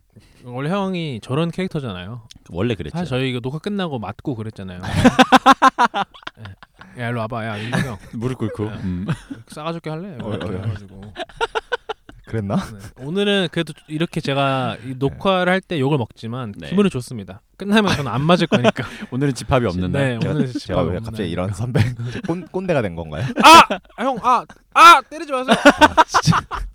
[SPEAKER 1] 원래 형이 저런 캐릭터잖아요.
[SPEAKER 3] 원래 그랬죠.
[SPEAKER 1] 사실 저희 이거 녹화 끝나고 맞고 그랬잖아요. 네. 야 일로 와봐. 야 일로 형
[SPEAKER 3] 무릎 꿇고.
[SPEAKER 1] 네.
[SPEAKER 3] 음.
[SPEAKER 1] 싸가지게 할래?
[SPEAKER 2] 어, 어, 어.
[SPEAKER 1] 그래가지고
[SPEAKER 2] 그랬나?
[SPEAKER 1] 네. 오늘은 그래도 이렇게 제가 이 녹화를 할 때 욕을 먹지만
[SPEAKER 3] 네.
[SPEAKER 1] 기분이 좋습니다. 끝나면 저는 안 맞을 거니까.
[SPEAKER 3] 오늘은 집합이 없는 날.
[SPEAKER 1] 네 오늘
[SPEAKER 2] 제가 왜 갑자기 이런 선배 꼰, 꼰대가 된 건가요?
[SPEAKER 1] 아, 형, 아, 아, 때리지 마세요.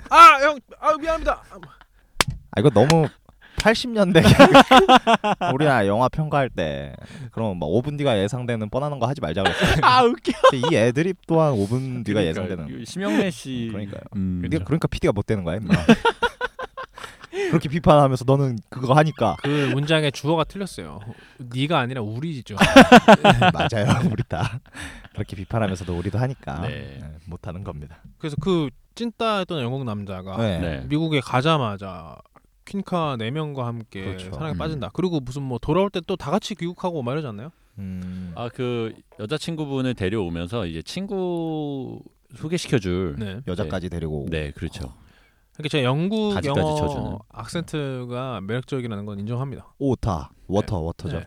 [SPEAKER 1] 아, 형, 아, 미안합니다.
[SPEAKER 2] 아 이거 너무 80년대 개그. 우리나 영화 평가할 때 그럼 막 5분 뒤가 예상되는 뻔한 거 하지 말자 그랬어요.
[SPEAKER 3] 아
[SPEAKER 1] 뭐.
[SPEAKER 3] 웃겨.
[SPEAKER 2] 이 애드립 또한 5분 뒤가
[SPEAKER 3] 그러니까
[SPEAKER 2] 예상되는.
[SPEAKER 3] 이거 심영래 씨.
[SPEAKER 2] 그러니까요.
[SPEAKER 3] 음.
[SPEAKER 2] 근데 그러니까 PD가 못 되는 거야. 임마. 그렇게 비판하면서 너는 그거 하니까
[SPEAKER 1] 그 문장의 주어가 틀렸어요. 네가 아니라 우리죠.
[SPEAKER 2] 맞아요. 우리 다 그렇게 비판하면서도 우리도 하니까
[SPEAKER 3] 네.
[SPEAKER 2] 네, 못 하는 겁니다.
[SPEAKER 1] 그래서 그 찐따였던 영국 남자가
[SPEAKER 2] 네.
[SPEAKER 3] 네.
[SPEAKER 1] 미국에 가자마자 퀸카 네 명과 함께
[SPEAKER 2] 그렇죠.
[SPEAKER 1] 사랑에
[SPEAKER 3] 음.
[SPEAKER 1] 빠진다. 그리고 무슨 뭐 돌아올 때 또 다 같이 귀국하고 막 이러지 않나요?
[SPEAKER 2] 음,
[SPEAKER 3] 아 그 여자 친구분을 데려오면서 이제 친구 소개시켜줄. 네,
[SPEAKER 1] 네.
[SPEAKER 2] 여자까지 데리고 오고.
[SPEAKER 3] 그렇죠.
[SPEAKER 1] 그러니까 제가 영국
[SPEAKER 3] 가지까지
[SPEAKER 1] 영어
[SPEAKER 3] 쳐주는.
[SPEAKER 1] 악센트가 매력적이라는 건 인정합니다.
[SPEAKER 2] 오타 워터 워터죠.
[SPEAKER 1] 네.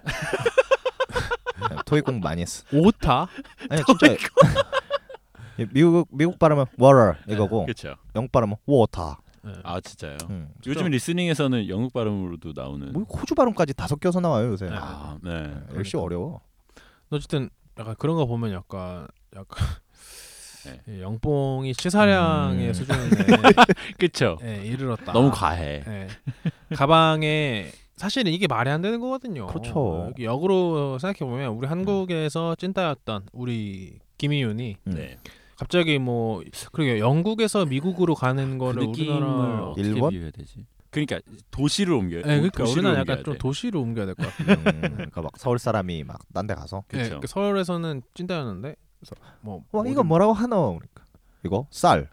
[SPEAKER 2] 네, 토익 공부 많이 했어.
[SPEAKER 1] 오타
[SPEAKER 2] 아니 진짜 예, 미국 미국 발음은 water 이거고
[SPEAKER 3] 그렇죠.
[SPEAKER 2] 영국 발음은 water.
[SPEAKER 1] 네.
[SPEAKER 3] 아 진짜요.
[SPEAKER 2] 음.
[SPEAKER 3] 요즘 리스닝에서는 영국 발음으로도 나오는.
[SPEAKER 2] 뭐 호주 발음까지 다 섞여서 나와요 요새.
[SPEAKER 1] 네.
[SPEAKER 3] 아 네.
[SPEAKER 2] 네, 역시 어려워.
[SPEAKER 1] 어쨌든 약간 그런 거 보면 약간 약간
[SPEAKER 3] 네.
[SPEAKER 1] 이 영뽕이 치사량의
[SPEAKER 2] 음.
[SPEAKER 1] 수준에
[SPEAKER 3] 그렇죠.
[SPEAKER 1] 예, 이르렀다.
[SPEAKER 3] 너무 과해.
[SPEAKER 1] 예. 가방에 사실은 이게 말이 안 되는 거거든요. 어,
[SPEAKER 2] 그렇죠.
[SPEAKER 1] 이게 역으로 생각해 보면 우리 한국에서 찐따였던 우리 김희윤이
[SPEAKER 2] 음.
[SPEAKER 3] 네.
[SPEAKER 1] 갑자기 뭐 그러게 영국에서 미국으로 가는
[SPEAKER 3] 그
[SPEAKER 1] 거를
[SPEAKER 3] 느낌을
[SPEAKER 1] 우리나라
[SPEAKER 3] 어떻게
[SPEAKER 2] 일본?
[SPEAKER 3] 비유해야 되지? 그러니까 도시를 옮겨.
[SPEAKER 1] 예, 그러니까
[SPEAKER 3] 도시를
[SPEAKER 1] 우리나라
[SPEAKER 3] 옮겨야
[SPEAKER 1] 약간 좀
[SPEAKER 3] 돼.
[SPEAKER 1] 도시로 옮겨야 될 것 같아요.
[SPEAKER 2] 음, 그러니까 막 서울 사람이 막 딴 데 가서
[SPEAKER 1] 예,
[SPEAKER 3] 그쵸.
[SPEAKER 1] 그 서울에서는 찐따였는데 그래서 뭐
[SPEAKER 2] 와
[SPEAKER 1] 모든-
[SPEAKER 2] 어, 이거 뭐라고 하노? 그러니까 이거 쌀.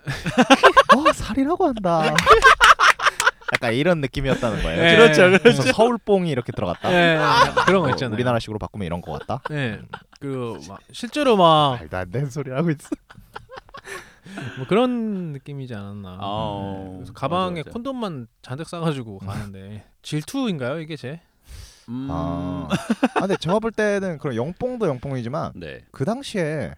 [SPEAKER 2] 어 살이라고 한다. 약간 이런 느낌이었다는 거예요.
[SPEAKER 1] 예.
[SPEAKER 3] 그렇죠, 그렇죠.
[SPEAKER 2] 그래서 서울뽕이 이렇게 들어갔다.
[SPEAKER 1] 예, 그런 거
[SPEAKER 2] 어,
[SPEAKER 1] 있잖아요.
[SPEAKER 2] 우리나라식으로 바꾸면 이런 거 같다.
[SPEAKER 1] 예. 그리고 막 실제로 막
[SPEAKER 2] 말도 안 되는 소리 하고 있어.
[SPEAKER 1] 뭐 그런 느낌이지 않았나.
[SPEAKER 3] 아, 어.
[SPEAKER 1] 네. 그래서 가방에
[SPEAKER 3] 맞아, 음. 맞아.
[SPEAKER 1] 콘돔만 잔뜩 싸가지고 가는데 질투인가요 이게 제?
[SPEAKER 3] 음...
[SPEAKER 2] 아. 아, 근데 제가 볼 때는 그런 영뽕도 영뽕이지만
[SPEAKER 3] 네.
[SPEAKER 2] 그 당시에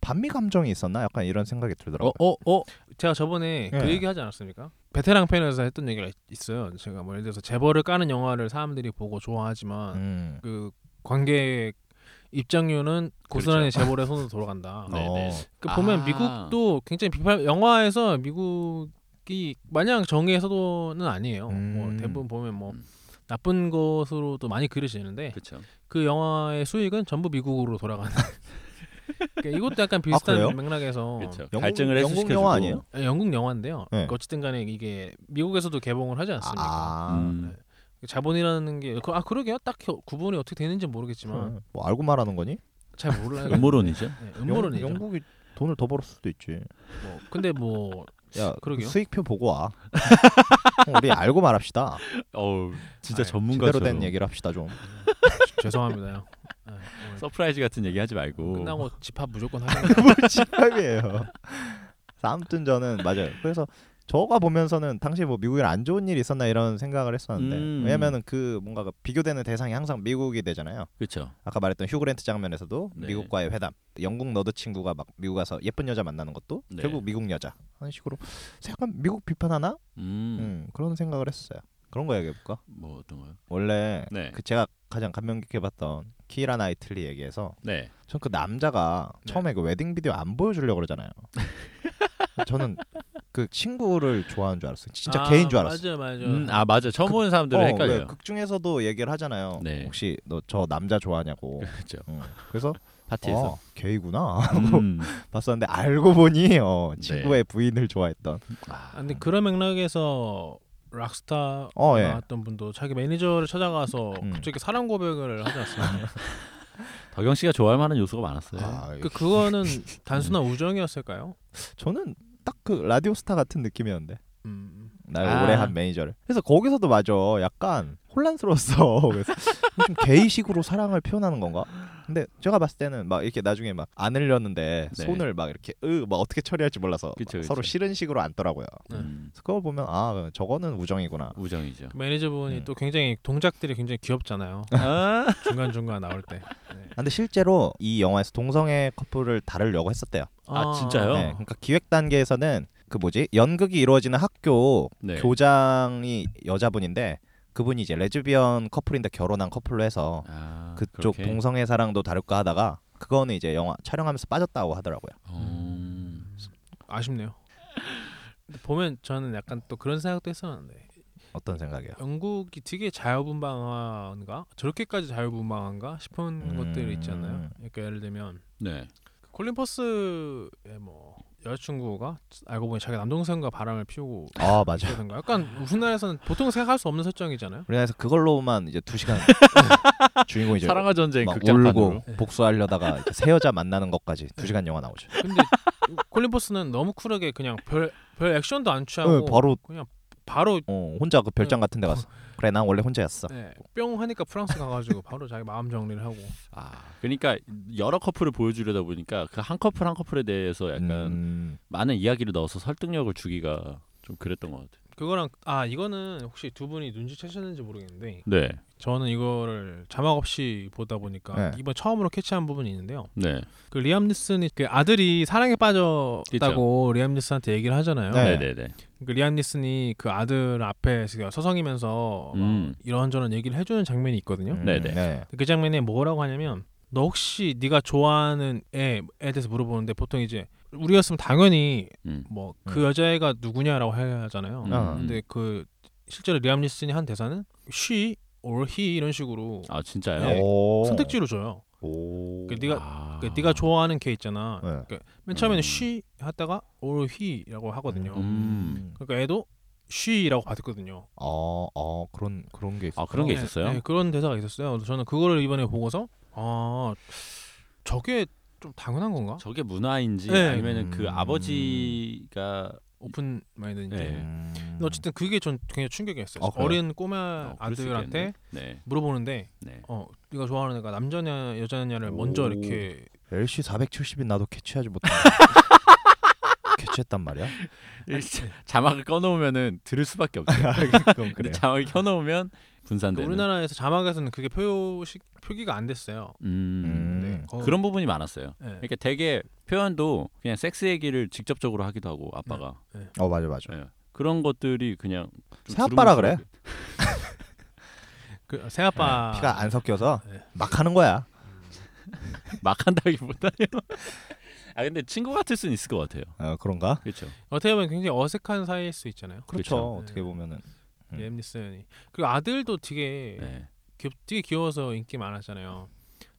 [SPEAKER 2] 반미 감정이 있었나? 약간 이런 생각이 들더라고요.
[SPEAKER 1] 어, 어? 제가 저번에
[SPEAKER 2] 예.
[SPEAKER 1] 그 얘기 하지 않았습니까? 베테랑 팬에서 했던 얘기가 있- 있어요. 제가 뭐 예를 들어서 재벌을 까는 영화를 사람들이 보고 좋아하지만
[SPEAKER 2] 음.
[SPEAKER 1] 그 관객 입장료는 고스란히
[SPEAKER 3] 그렇죠.
[SPEAKER 1] 재벌의 손으로 돌아간다.
[SPEAKER 3] 네,
[SPEAKER 2] 어.
[SPEAKER 3] 네.
[SPEAKER 1] 그 보면
[SPEAKER 3] 아.
[SPEAKER 1] 미국도 굉장히 비판 영화에서 미국이 마냥 정의에서도는 아니에요.
[SPEAKER 2] 음.
[SPEAKER 1] 뭐 대부분 보면 뭐
[SPEAKER 3] 음.
[SPEAKER 1] 나쁜 것으로도 많이 그려지는데
[SPEAKER 3] 그렇죠.
[SPEAKER 1] 그 영화의 수익은 전부 미국으로 돌아가는 그러니까 이것도 약간 비슷한
[SPEAKER 2] 그래요?
[SPEAKER 1] 맥락에서
[SPEAKER 3] 그렇죠.
[SPEAKER 2] 영국-
[SPEAKER 3] 갈증을 음.
[SPEAKER 2] 영국
[SPEAKER 3] 해소시켜
[SPEAKER 2] 영화 아니에요?
[SPEAKER 1] 예, 어, 영국 영화인데요. 그러니까
[SPEAKER 2] 네.
[SPEAKER 1] 어쨌든 간에 이게 미국에서도 개봉을 하지 않습니까? 그
[SPEAKER 2] 아,
[SPEAKER 1] 자본이라는 게 아 그러게요. 딱히 구분이 어떻게 되는지 모르겠지만
[SPEAKER 2] 그래. 뭐 알고 말하는 거니?
[SPEAKER 1] 잘 몰라요.
[SPEAKER 3] 음모론이죠.
[SPEAKER 1] 네, 음모론이죠.
[SPEAKER 2] 영, 국이 돈을 더 벌었을 수도 있지.
[SPEAKER 1] 뭐, 근데 뭐
[SPEAKER 2] 야,
[SPEAKER 1] 그러게요.
[SPEAKER 2] 수익표 보고 와. 우리 알고 말합시다.
[SPEAKER 3] 어우 진짜
[SPEAKER 1] 아이,
[SPEAKER 2] 제대로
[SPEAKER 3] 전문가처럼
[SPEAKER 2] 된 얘기를 합시다 좀.
[SPEAKER 1] 죄송합니다요. 예, 오늘
[SPEAKER 3] 서프라이즈 같은 얘기 하지 말고
[SPEAKER 2] 뭐.
[SPEAKER 1] 끝나고 집합 무조건 하겠네요.
[SPEAKER 2] 집합이에요. 아무튼 저는 맞아요. 그래서 저가 보면서는 당시 뭐 미국에 안 좋은 일이 있었나 이런 생각을 했었는데
[SPEAKER 3] 음.
[SPEAKER 2] 왜냐면은 그 뭔가 그 비교되는 대상이 항상 미국이 되잖아요.
[SPEAKER 3] 그렇죠.
[SPEAKER 2] 아까 말했던 휴그랜트 장면에서도
[SPEAKER 3] 네.
[SPEAKER 2] 미국과의 회담, 영국 너드 친구가 막 미국 가서 예쁜 여자 만나는 것도
[SPEAKER 3] 네.
[SPEAKER 2] 결국 미국 여자 하는 식으로 약간 미국 비판하나
[SPEAKER 3] 음,
[SPEAKER 2] 음, 그런 생각을 했어요. 그런 거 얘기해 볼까?
[SPEAKER 3] 뭐 어떤 거요?
[SPEAKER 2] 원래
[SPEAKER 3] 네,
[SPEAKER 2] 그 제가 가장 감명 깊게 봤던 키라 나이틀리 얘기에서
[SPEAKER 3] 네,
[SPEAKER 2] 전 그 남자가
[SPEAKER 3] 네.
[SPEAKER 2] 처음에 그 웨딩 비디오 안 보여주려고 그러잖아요. 저는 그 친구를 좋아하는 줄 알았어요. 진짜
[SPEAKER 1] 아,
[SPEAKER 2] 개인 줄 알았어요.
[SPEAKER 1] 맞아요, 맞아요.
[SPEAKER 3] 음, 아 맞아. 처음 보는 사람들은
[SPEAKER 2] 어,
[SPEAKER 3] 헷갈려요.
[SPEAKER 2] 왜 극 중에서도 얘기를 하잖아요.
[SPEAKER 3] 네.
[SPEAKER 2] 혹시 너 저 남자 좋아하냐고.
[SPEAKER 3] 그렇죠.
[SPEAKER 2] 음, 그래서
[SPEAKER 3] 파티에서.
[SPEAKER 2] 아, 게이구나
[SPEAKER 3] 음.
[SPEAKER 2] 봤었는데 알고 보니 어,
[SPEAKER 3] 네.
[SPEAKER 2] 친구의 부인을 좋아했던.
[SPEAKER 1] 아, 근데 그런 맥락에서 락스타
[SPEAKER 2] 어, 예.
[SPEAKER 1] 나왔던 분도 자기 매니저를 찾아가서
[SPEAKER 2] 음.
[SPEAKER 1] 갑자기 사랑 고백을 하지 않습니까?
[SPEAKER 3] 덕영 씨가 좋아할 만한 요소가 많았어요.
[SPEAKER 2] 아,
[SPEAKER 1] 그 그거는 단순한 우정이었을까요?
[SPEAKER 2] 저는 딱 그 라디오스타 같은 느낌이었는데.
[SPEAKER 1] 음.
[SPEAKER 2] 날
[SPEAKER 3] 아.
[SPEAKER 2] 오래 한 매니저를. 그래서 거기서도 맞아. 약간 혼란스러웠어. 그래서 좀 게이식으로 사랑을 표현하는 건가? 근데 제가 봤을 때는 막 이렇게 나중에 막 안으려는데
[SPEAKER 3] 네.
[SPEAKER 2] 손을 막 이렇게 으막 어떻게 처리할지 몰라서
[SPEAKER 3] 그쵸,
[SPEAKER 2] 막 서로
[SPEAKER 3] 그쵸.
[SPEAKER 2] 싫은 식으로 앉더라고요.
[SPEAKER 3] 음,
[SPEAKER 2] 그래서 그걸 보면 아 저거는 우정이구나.
[SPEAKER 3] 우정이죠.
[SPEAKER 1] 그 매니저분이
[SPEAKER 2] 음.
[SPEAKER 1] 또 굉장히 동작들이 굉장히 귀엽잖아요.
[SPEAKER 3] 아,
[SPEAKER 1] 중간 중간 나올 때.
[SPEAKER 3] 네.
[SPEAKER 2] 아, 근데 실제로 이 영화에서 동성애 커플을 다루려고 했었대요.
[SPEAKER 3] 아, 진짜요?
[SPEAKER 2] 네, 그러니까 기획 단계에서는 그 뭐지 연극이 이루어지는 학교
[SPEAKER 3] 네.
[SPEAKER 2] 교장이 여자분인데 그분이 이제 레즈비언 커플인데 결혼한 커플로 해서
[SPEAKER 3] 아,
[SPEAKER 2] 그쪽
[SPEAKER 3] 그렇게?
[SPEAKER 2] 동성애 사랑도 다룰까 하다가 그거는 이제 영화 촬영하면서 빠졌다고 하더라고요.
[SPEAKER 3] 음.
[SPEAKER 1] 아쉽네요. 근데 보면 저는 약간 또 그런 생각도 했었는데
[SPEAKER 2] 어떤 생각이에요?
[SPEAKER 1] 영국이 되게 자유분방한가 저렇게까지 자유분방한가 싶은
[SPEAKER 2] 음.
[SPEAKER 1] 것들이 있잖아요. 그러니까 예를 들면
[SPEAKER 3] 네.
[SPEAKER 1] 그 콜린 퍼스의 뭐 여자친구가 알고 보니 자기 남동생과 바람을 피우고
[SPEAKER 2] 아 맞아.
[SPEAKER 1] 그러던가 약간 우리나라에서는 보통 생각할 수 없는 설정이잖아요.
[SPEAKER 2] 우리나라에서 그걸로만 이제 두 시간 주인공이 이제
[SPEAKER 3] 사랑과 전쟁
[SPEAKER 2] 예. 막
[SPEAKER 3] 극장판으로. 네.
[SPEAKER 2] 울고 복수하려다가 이제 새 여자 만나는 것까지 두 시간 영화 나오죠.
[SPEAKER 1] 근데 콜린 퍼스는 너무 쿨하게 그냥 별, 별 액션도 안
[SPEAKER 3] 그러니까
[SPEAKER 1] 취하고
[SPEAKER 2] 응, 네,
[SPEAKER 3] 뭐
[SPEAKER 2] 바로
[SPEAKER 1] 그냥 바로
[SPEAKER 2] 어, 혼자 그 별장 같은 데 갔어. 그래 난 원래 혼자였어.
[SPEAKER 1] 네, 뿅 하니까 프랑스 가가지고 바로 자기 마음 정리를 하고
[SPEAKER 3] 아, 그러니까 여러 커플을 보여주려다 보니까 그 한 커플 한 커플에 대해서 약간
[SPEAKER 2] 음,
[SPEAKER 3] 많은 이야기를 넣어서 설득력을 주기가 좀 그랬던 것 같아요.
[SPEAKER 1] 그거랑 아 이거는 혹시 두 분이 눈치채셨는지 모르겠는데
[SPEAKER 3] 네,
[SPEAKER 1] 저는 이거를 자막 없이 보다 보니까
[SPEAKER 2] 네.
[SPEAKER 1] 이번 처음으로 캐치한 부분이 있는데요.
[SPEAKER 3] 네,
[SPEAKER 1] 그 리암 니슨이 그 아들이 사랑에 빠졌다고 리암 니슨한테 얘기를 하잖아요.
[SPEAKER 2] 네.
[SPEAKER 3] 네, 네, 네.
[SPEAKER 1] 그 리암 니슨이 그 아들 앞에 서성이면서 막
[SPEAKER 3] 음.
[SPEAKER 1] 이런저런 얘기를 해주는 장면이 있거든요.
[SPEAKER 2] 음,
[SPEAKER 3] 네네.
[SPEAKER 2] 네.
[SPEAKER 1] 그 장면에 뭐라고 하냐면 너 혹시 네가 좋아하는 애에 대해서 물어보는데 보통 이제 우리였으면 당연히
[SPEAKER 3] 음.
[SPEAKER 1] 뭐 그 여자애가 누구냐라고 해야 하잖아요.
[SPEAKER 3] 음.
[SPEAKER 2] 어.
[SPEAKER 1] 근데 그 실제로 리암 니슨이 한 대사는 she or he 이런 식으로
[SPEAKER 3] 아 진짜요?
[SPEAKER 1] 네.
[SPEAKER 2] 오.
[SPEAKER 1] 선택지로 줘요.
[SPEAKER 2] 오.
[SPEAKER 1] 그 네가
[SPEAKER 3] 아.
[SPEAKER 1] 그 네가 좋아하는 걔 있잖아.
[SPEAKER 2] 네.
[SPEAKER 1] 맨 처음에는
[SPEAKER 2] 음.
[SPEAKER 1] she 하다가 or he라고 하거든요.
[SPEAKER 3] 음.
[SPEAKER 1] 그러니까 애도 she라고 받았거든요.
[SPEAKER 2] 어, 어 그런 그런 게 있어.
[SPEAKER 3] 아 그런 게 있었어요?
[SPEAKER 1] 네, 네, 그런 대사가 있었어요. 그래서 저는 그거를 이번에 보고서 아 저게 좀 당연한 건가?
[SPEAKER 3] 저게 문화인지
[SPEAKER 1] 네.
[SPEAKER 3] 아니면은 그
[SPEAKER 2] 음.
[SPEAKER 3] 아버지가
[SPEAKER 1] 오픈 마인드인지.
[SPEAKER 3] 네.
[SPEAKER 2] 음.
[SPEAKER 1] 근데 어쨌든 그게 전 굉장히 충격이었어요.
[SPEAKER 2] 아, 그래요?
[SPEAKER 1] 어린 꼬마
[SPEAKER 3] 어, 그럴 수
[SPEAKER 1] 아들한테
[SPEAKER 3] 있겠네. 네,
[SPEAKER 1] 물어보는데
[SPEAKER 3] 네.
[SPEAKER 1] 어 네가 좋아하는 애가 남자냐 여자냐를 먼저
[SPEAKER 2] 오.
[SPEAKER 1] 이렇게
[SPEAKER 2] LC 470이 나도 캐치하지 못해. 캐치했단 말이야.
[SPEAKER 3] 자막을 꺼놓으면은 들을 수밖에 없죠.
[SPEAKER 2] 그건
[SPEAKER 3] 근데
[SPEAKER 2] 그래요.
[SPEAKER 3] 자막을 켜놓으면
[SPEAKER 1] 그러니까
[SPEAKER 3] 분산되는.
[SPEAKER 1] 우리나라에서 자막에서는 그게 표시 표기가 안 됐어요.
[SPEAKER 3] 음.
[SPEAKER 1] 네. 거-
[SPEAKER 3] 그런 부분이 많았어요.
[SPEAKER 1] 네.
[SPEAKER 3] 그러니까 되게 표현도 그냥 섹스 얘기를 직접적으로 하기도 하고 아빠가
[SPEAKER 2] 어 맞아 맞아.
[SPEAKER 3] 예. 그런 것들이 그냥 좀
[SPEAKER 2] 새아빠라
[SPEAKER 3] 두루뭉술-
[SPEAKER 2] 그래?
[SPEAKER 1] 그 새아빠
[SPEAKER 2] 피가 안 섞여서
[SPEAKER 1] 네.
[SPEAKER 2] 막 하는 거야.
[SPEAKER 3] 막 한다기보다요. 아 근데 친구 같을 수는 있을 것 같아요.
[SPEAKER 2] 어, 그런가?
[SPEAKER 3] 그렇죠.
[SPEAKER 1] 어떻게 보면 굉장히 어색한 사이일 수 있잖아요. 그렇죠.
[SPEAKER 2] 그렇죠.
[SPEAKER 3] 그렇죠.
[SPEAKER 1] 네.
[SPEAKER 2] 어떻게 보면은 음.
[SPEAKER 1] 엠니슨이 그리고 아들도 되게
[SPEAKER 3] 네.
[SPEAKER 1] 귀, 되게 귀여워서 인기 많았잖아요.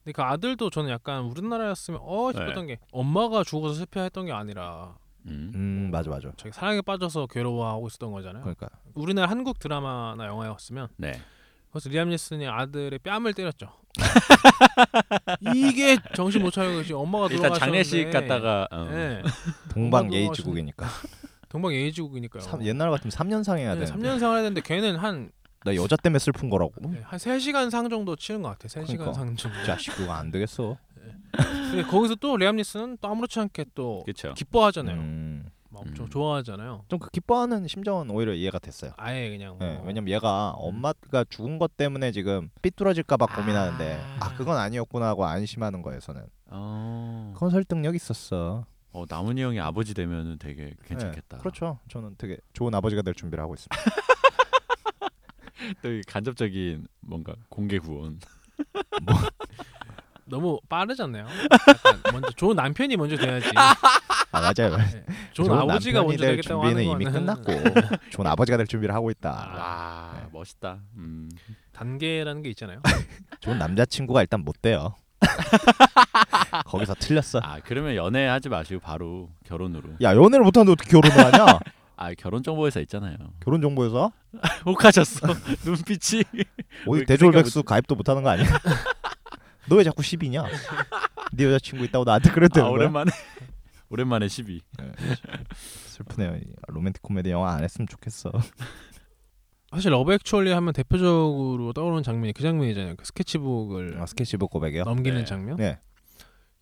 [SPEAKER 1] 근데 그 아들도 저는 약간 우리나라였으면 어 싶었던
[SPEAKER 2] 네.
[SPEAKER 1] 게 엄마가 죽어서 실패했던 게 아니라
[SPEAKER 3] 음.
[SPEAKER 2] 음 맞아 맞아.
[SPEAKER 1] 자기 사랑에 빠져서 괴로워하고 있었던 거잖아요.
[SPEAKER 2] 그러니까
[SPEAKER 1] 우리나라 한국 드라마나 영화였으면
[SPEAKER 3] 네.
[SPEAKER 1] 그래서 리암 니슨이 아들의 뺨을 때렸죠. 이게 정신 못 차리고 지금 엄마가
[SPEAKER 3] 일단 장례식
[SPEAKER 1] 돌아가셨는데.
[SPEAKER 3] 갔다가 어.
[SPEAKER 1] 예.
[SPEAKER 2] 동방
[SPEAKER 1] 엄마도
[SPEAKER 2] 예의지국이니까
[SPEAKER 1] 동방 예의지국이니까요. 예,
[SPEAKER 2] 삼- 옛날 같으면 3년상 해야 되는데
[SPEAKER 1] 3년상 해야 되는데 걔는 한,
[SPEAKER 2] 나 여자 때문에 슬픈 거라고.
[SPEAKER 1] 예, 한 3시간 상 정도 치는 것 같아. 3시간
[SPEAKER 2] 음. 그러니까.
[SPEAKER 1] 상 정도.
[SPEAKER 2] 자식 그거 안 되겠어.
[SPEAKER 1] 근데 거기서 또 리암 니슨은 또 아무렇지 않게 또
[SPEAKER 3] 그렇죠.
[SPEAKER 1] 기뻐하잖아요.
[SPEAKER 2] 음,
[SPEAKER 1] 막 엄청
[SPEAKER 3] 음.
[SPEAKER 1] 좋아하잖아요.
[SPEAKER 2] 좀그 기뻐하는 심정은 오히려 이해가 됐어요.
[SPEAKER 1] 아예 그냥 뭐.
[SPEAKER 2] 예, 왜냐면 얘가 엄마가 죽은 것 때문에 지금 삐뚤어질까봐 고민하는데
[SPEAKER 1] 아. 음.
[SPEAKER 2] 아 그건 아니었구나 하고 안심하는 거에서는
[SPEAKER 3] 어.
[SPEAKER 2] 그건 설득력 있었어.
[SPEAKER 3] 어 남은이 형이 아버지 되면은 되게 괜찮겠다.
[SPEAKER 2] 예, 그렇죠. 저는 되게 좋은 아버지가 될 준비를 하고 있습니다.
[SPEAKER 3] 또이 간접적인 뭔가 공개 구원.
[SPEAKER 1] 너무 빠르잖아요. 약간 먼저 좋은 남편이 먼저 돼야지.
[SPEAKER 2] 아 맞아요.
[SPEAKER 1] 좋은, 아버지가
[SPEAKER 2] 남편이
[SPEAKER 1] 먼저
[SPEAKER 2] 될
[SPEAKER 1] 되겠다고
[SPEAKER 2] 준비는
[SPEAKER 1] 하는
[SPEAKER 2] 이미
[SPEAKER 1] 거는 아.
[SPEAKER 2] 끝났고 좋은 아버지가 될 준비를 하고 있다.
[SPEAKER 3] 와 아, 멋있다. 음.
[SPEAKER 1] 단계라는 게 있잖아요.
[SPEAKER 2] 좋은 남자친구가 일단 못 돼요. 거기서 틀렸어.
[SPEAKER 3] 아 그러면 연애하지 마시고 바로 결혼으로.
[SPEAKER 2] 야 연애를 못하는데 어떻게 결혼을 하냐?
[SPEAKER 3] 아 결혼 정보회사 있잖아요.
[SPEAKER 2] 결혼 정보에서
[SPEAKER 3] 혹하셨어 눈빛이. 아,
[SPEAKER 2] 어디
[SPEAKER 3] 왜
[SPEAKER 2] 대졸백수 가입도 못하는 거 아니야? 너 왜 자꾸 10이냐? 네 여자친구 있다고 나한테 그랬대.
[SPEAKER 3] 아 오랜만에 오랜만에 12.
[SPEAKER 2] 슬프네요. 이 로맨틱 코미디 영화 안 했으면 좋겠어.
[SPEAKER 1] 사실 러브 액츄얼리 하면 대표적으로 떠오르는 장면이 그 장면이잖아요. 그 스케치북을
[SPEAKER 2] 아, 스케치북 고백이요?
[SPEAKER 1] 넘기는
[SPEAKER 3] 네.
[SPEAKER 1] 장면.
[SPEAKER 2] 네.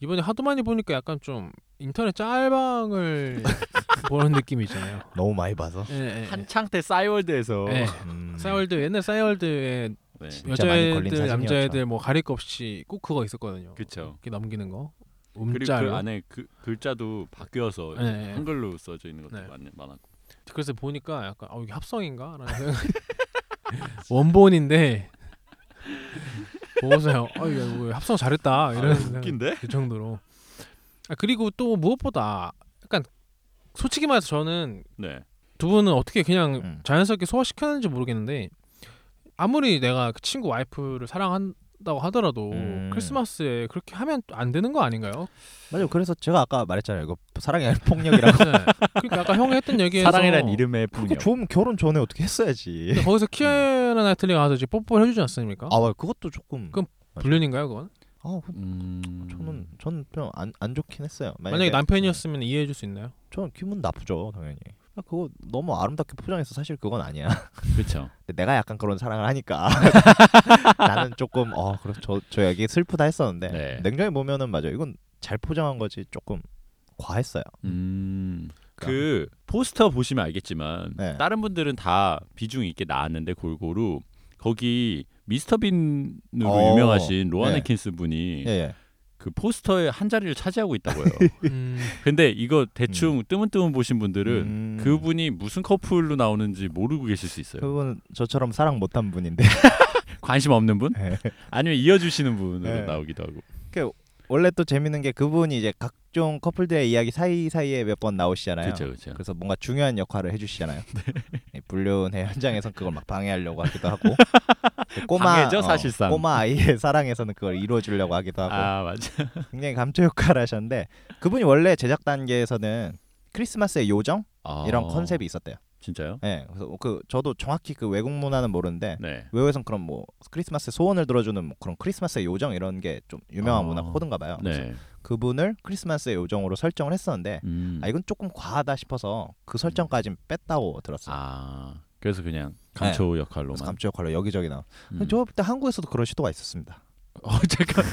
[SPEAKER 1] 이번에 하도 많이 보니까 약간 좀 인터넷 짤방을 보는 느낌이 있잖아요.
[SPEAKER 2] 너무 많이 봐서.
[SPEAKER 1] 예, 예, 예.
[SPEAKER 3] 한창 때 싸이월드에서.
[SPEAKER 1] 네.
[SPEAKER 2] 음,
[SPEAKER 1] 싸이월드 옛날 싸이월드에
[SPEAKER 3] 네.
[SPEAKER 2] 진짜 많이 걸린
[SPEAKER 1] 여자애들
[SPEAKER 2] 사진이었죠.
[SPEAKER 1] 남자애들 뭐 가릴 거 없이 꼭 그거 있었거든요.
[SPEAKER 3] 그쵸.
[SPEAKER 1] 이렇게 넘기는 거.
[SPEAKER 3] 그리고
[SPEAKER 1] 음짤.
[SPEAKER 3] 그
[SPEAKER 1] 로
[SPEAKER 3] 안에 그 글자도 바뀌어서
[SPEAKER 1] 네.
[SPEAKER 3] 한글로 써져 있는 것도
[SPEAKER 1] 네.
[SPEAKER 3] 많, 많았고.
[SPEAKER 1] 그래서 보니까 약간 아 이게 합성인가라는 생각. 원본인데 보고서 아 이거 뭐 합성 잘했다 이런
[SPEAKER 3] 아,
[SPEAKER 1] 생각.
[SPEAKER 3] 웃긴데?
[SPEAKER 1] 그 정도로. 아 그리고 또 무엇보다 약간 솔직히 말해서 저는
[SPEAKER 3] 네.
[SPEAKER 1] 두 분은 어떻게 그냥
[SPEAKER 2] 음.
[SPEAKER 1] 자연스럽게 소화시켰는지 모르겠는데 아무리 내가 그 친구 와이프를 사랑한다고 하더라도
[SPEAKER 2] 음.
[SPEAKER 1] 크리스마스에 그렇게 하면 안 되는 거 아닌가요?
[SPEAKER 2] 맞아요. 그래서 제가 아까 말했잖아요. 이거 사랑이 아니라 폭력이라고.
[SPEAKER 1] 네. 그러니까 아까 형이 했던 얘기에서
[SPEAKER 3] 사랑이란 이름의
[SPEAKER 2] 그거
[SPEAKER 3] 폭력.
[SPEAKER 2] 좀 결혼 전에 어떻게 했어야지.
[SPEAKER 1] 근데 거기서 키아라 나이틀리가 가서 이제 뽀뽀를 해주지 않습니까?
[SPEAKER 2] 아, 맞아. 그것도 조금.
[SPEAKER 1] 그럼- 불륜인가요 그건?
[SPEAKER 2] 아,
[SPEAKER 3] 음...
[SPEAKER 2] 저는 저는 좀안안 좋긴 했어요.
[SPEAKER 1] 만약에 남편이었으면 이해해줄 수 있나요?
[SPEAKER 2] 저는 기분 나쁘죠, 당연히. 아, 그거 너무 아름답게 포장해서 사실 그건 아니야.
[SPEAKER 3] 그렇죠.
[SPEAKER 2] 근데 내가 약간 그런 사랑을 하니까 나는 조금 어, 그래 저저 얘기 슬프다 했었는데
[SPEAKER 3] 네.
[SPEAKER 2] 냉정히 보면은 맞아. 이건 잘 포장한 거지 조금 과했어요.
[SPEAKER 3] 음. 그 포스터 보시면 알겠지만
[SPEAKER 2] 네.
[SPEAKER 3] 다른 분들은 다 비중 있게 나왔는데 골고루 거기 미스터 빈으로
[SPEAKER 2] 어,
[SPEAKER 3] 유명하신 로안
[SPEAKER 2] 네.
[SPEAKER 3] 앤킨스 분이
[SPEAKER 2] 예, 예.
[SPEAKER 3] 그 포스터의 한 자리를 차지하고 있다고요.
[SPEAKER 1] 음,
[SPEAKER 3] 근데 이거 대충 뜨문뜨문 보신 분들은
[SPEAKER 2] 음,
[SPEAKER 3] 그분이 무슨 커플로 나오는지 모르고 계실 수 있어요.
[SPEAKER 2] 그분 저처럼 사랑 못한 분인데
[SPEAKER 3] 관심 없는 분?
[SPEAKER 2] 네.
[SPEAKER 3] 아니면 이어주시는 분으로
[SPEAKER 2] 네.
[SPEAKER 3] 나오기도 하고.
[SPEAKER 2] 원래 또 재밌는 게 그분이 이제 각종 커플들의 이야기 사이 사이에 몇 번 나오시잖아요.
[SPEAKER 3] 그렇죠, 그렇죠.
[SPEAKER 2] 그래서 뭔가 중요한 역할을 해주시잖아요.
[SPEAKER 3] 네.
[SPEAKER 2] 이 불륜의 현장에서 그걸 막 방해하려고 하기도 하고 그 꼬마
[SPEAKER 3] 방해죠, 사실상.
[SPEAKER 2] 꼬마 아이의 사랑에서는 그걸 이루어주려고 하기도 하고
[SPEAKER 3] 아 맞아.
[SPEAKER 2] 굉장히 감초 역할을 하셨는데 그분이 원래 제작 단계에서는 크리스마스의 요정
[SPEAKER 3] 아,
[SPEAKER 2] 이런 컨셉이 있었대요.
[SPEAKER 3] 진짜요?
[SPEAKER 2] 예, 그래서 그 저도 정확히 그 외국 문화는 모르는데
[SPEAKER 3] 네.
[SPEAKER 2] 외국에선 그런 뭐 크리스마스의 소원을 들어주는 뭐 그런 크리스마스의 요정 이런 게 좀 유명한
[SPEAKER 3] 아.
[SPEAKER 2] 문화 코드인가 봐요. 그래서
[SPEAKER 3] 네.
[SPEAKER 2] 그분을 크리스마스의 요정으로 설정을 했었는데
[SPEAKER 3] 음.
[SPEAKER 2] 아 이건 조금 과하다 싶어서 그 설정까지 뺐다고 들었어요.
[SPEAKER 3] 아 그래서 그냥 감초
[SPEAKER 2] 네. 그래서
[SPEAKER 3] 역할로만.
[SPEAKER 2] 감초 역할로 여기저기 나와.
[SPEAKER 3] 음.
[SPEAKER 2] 저 그때 한국에서도 그런 시도가 있었습니다.
[SPEAKER 3] 어 잠깐.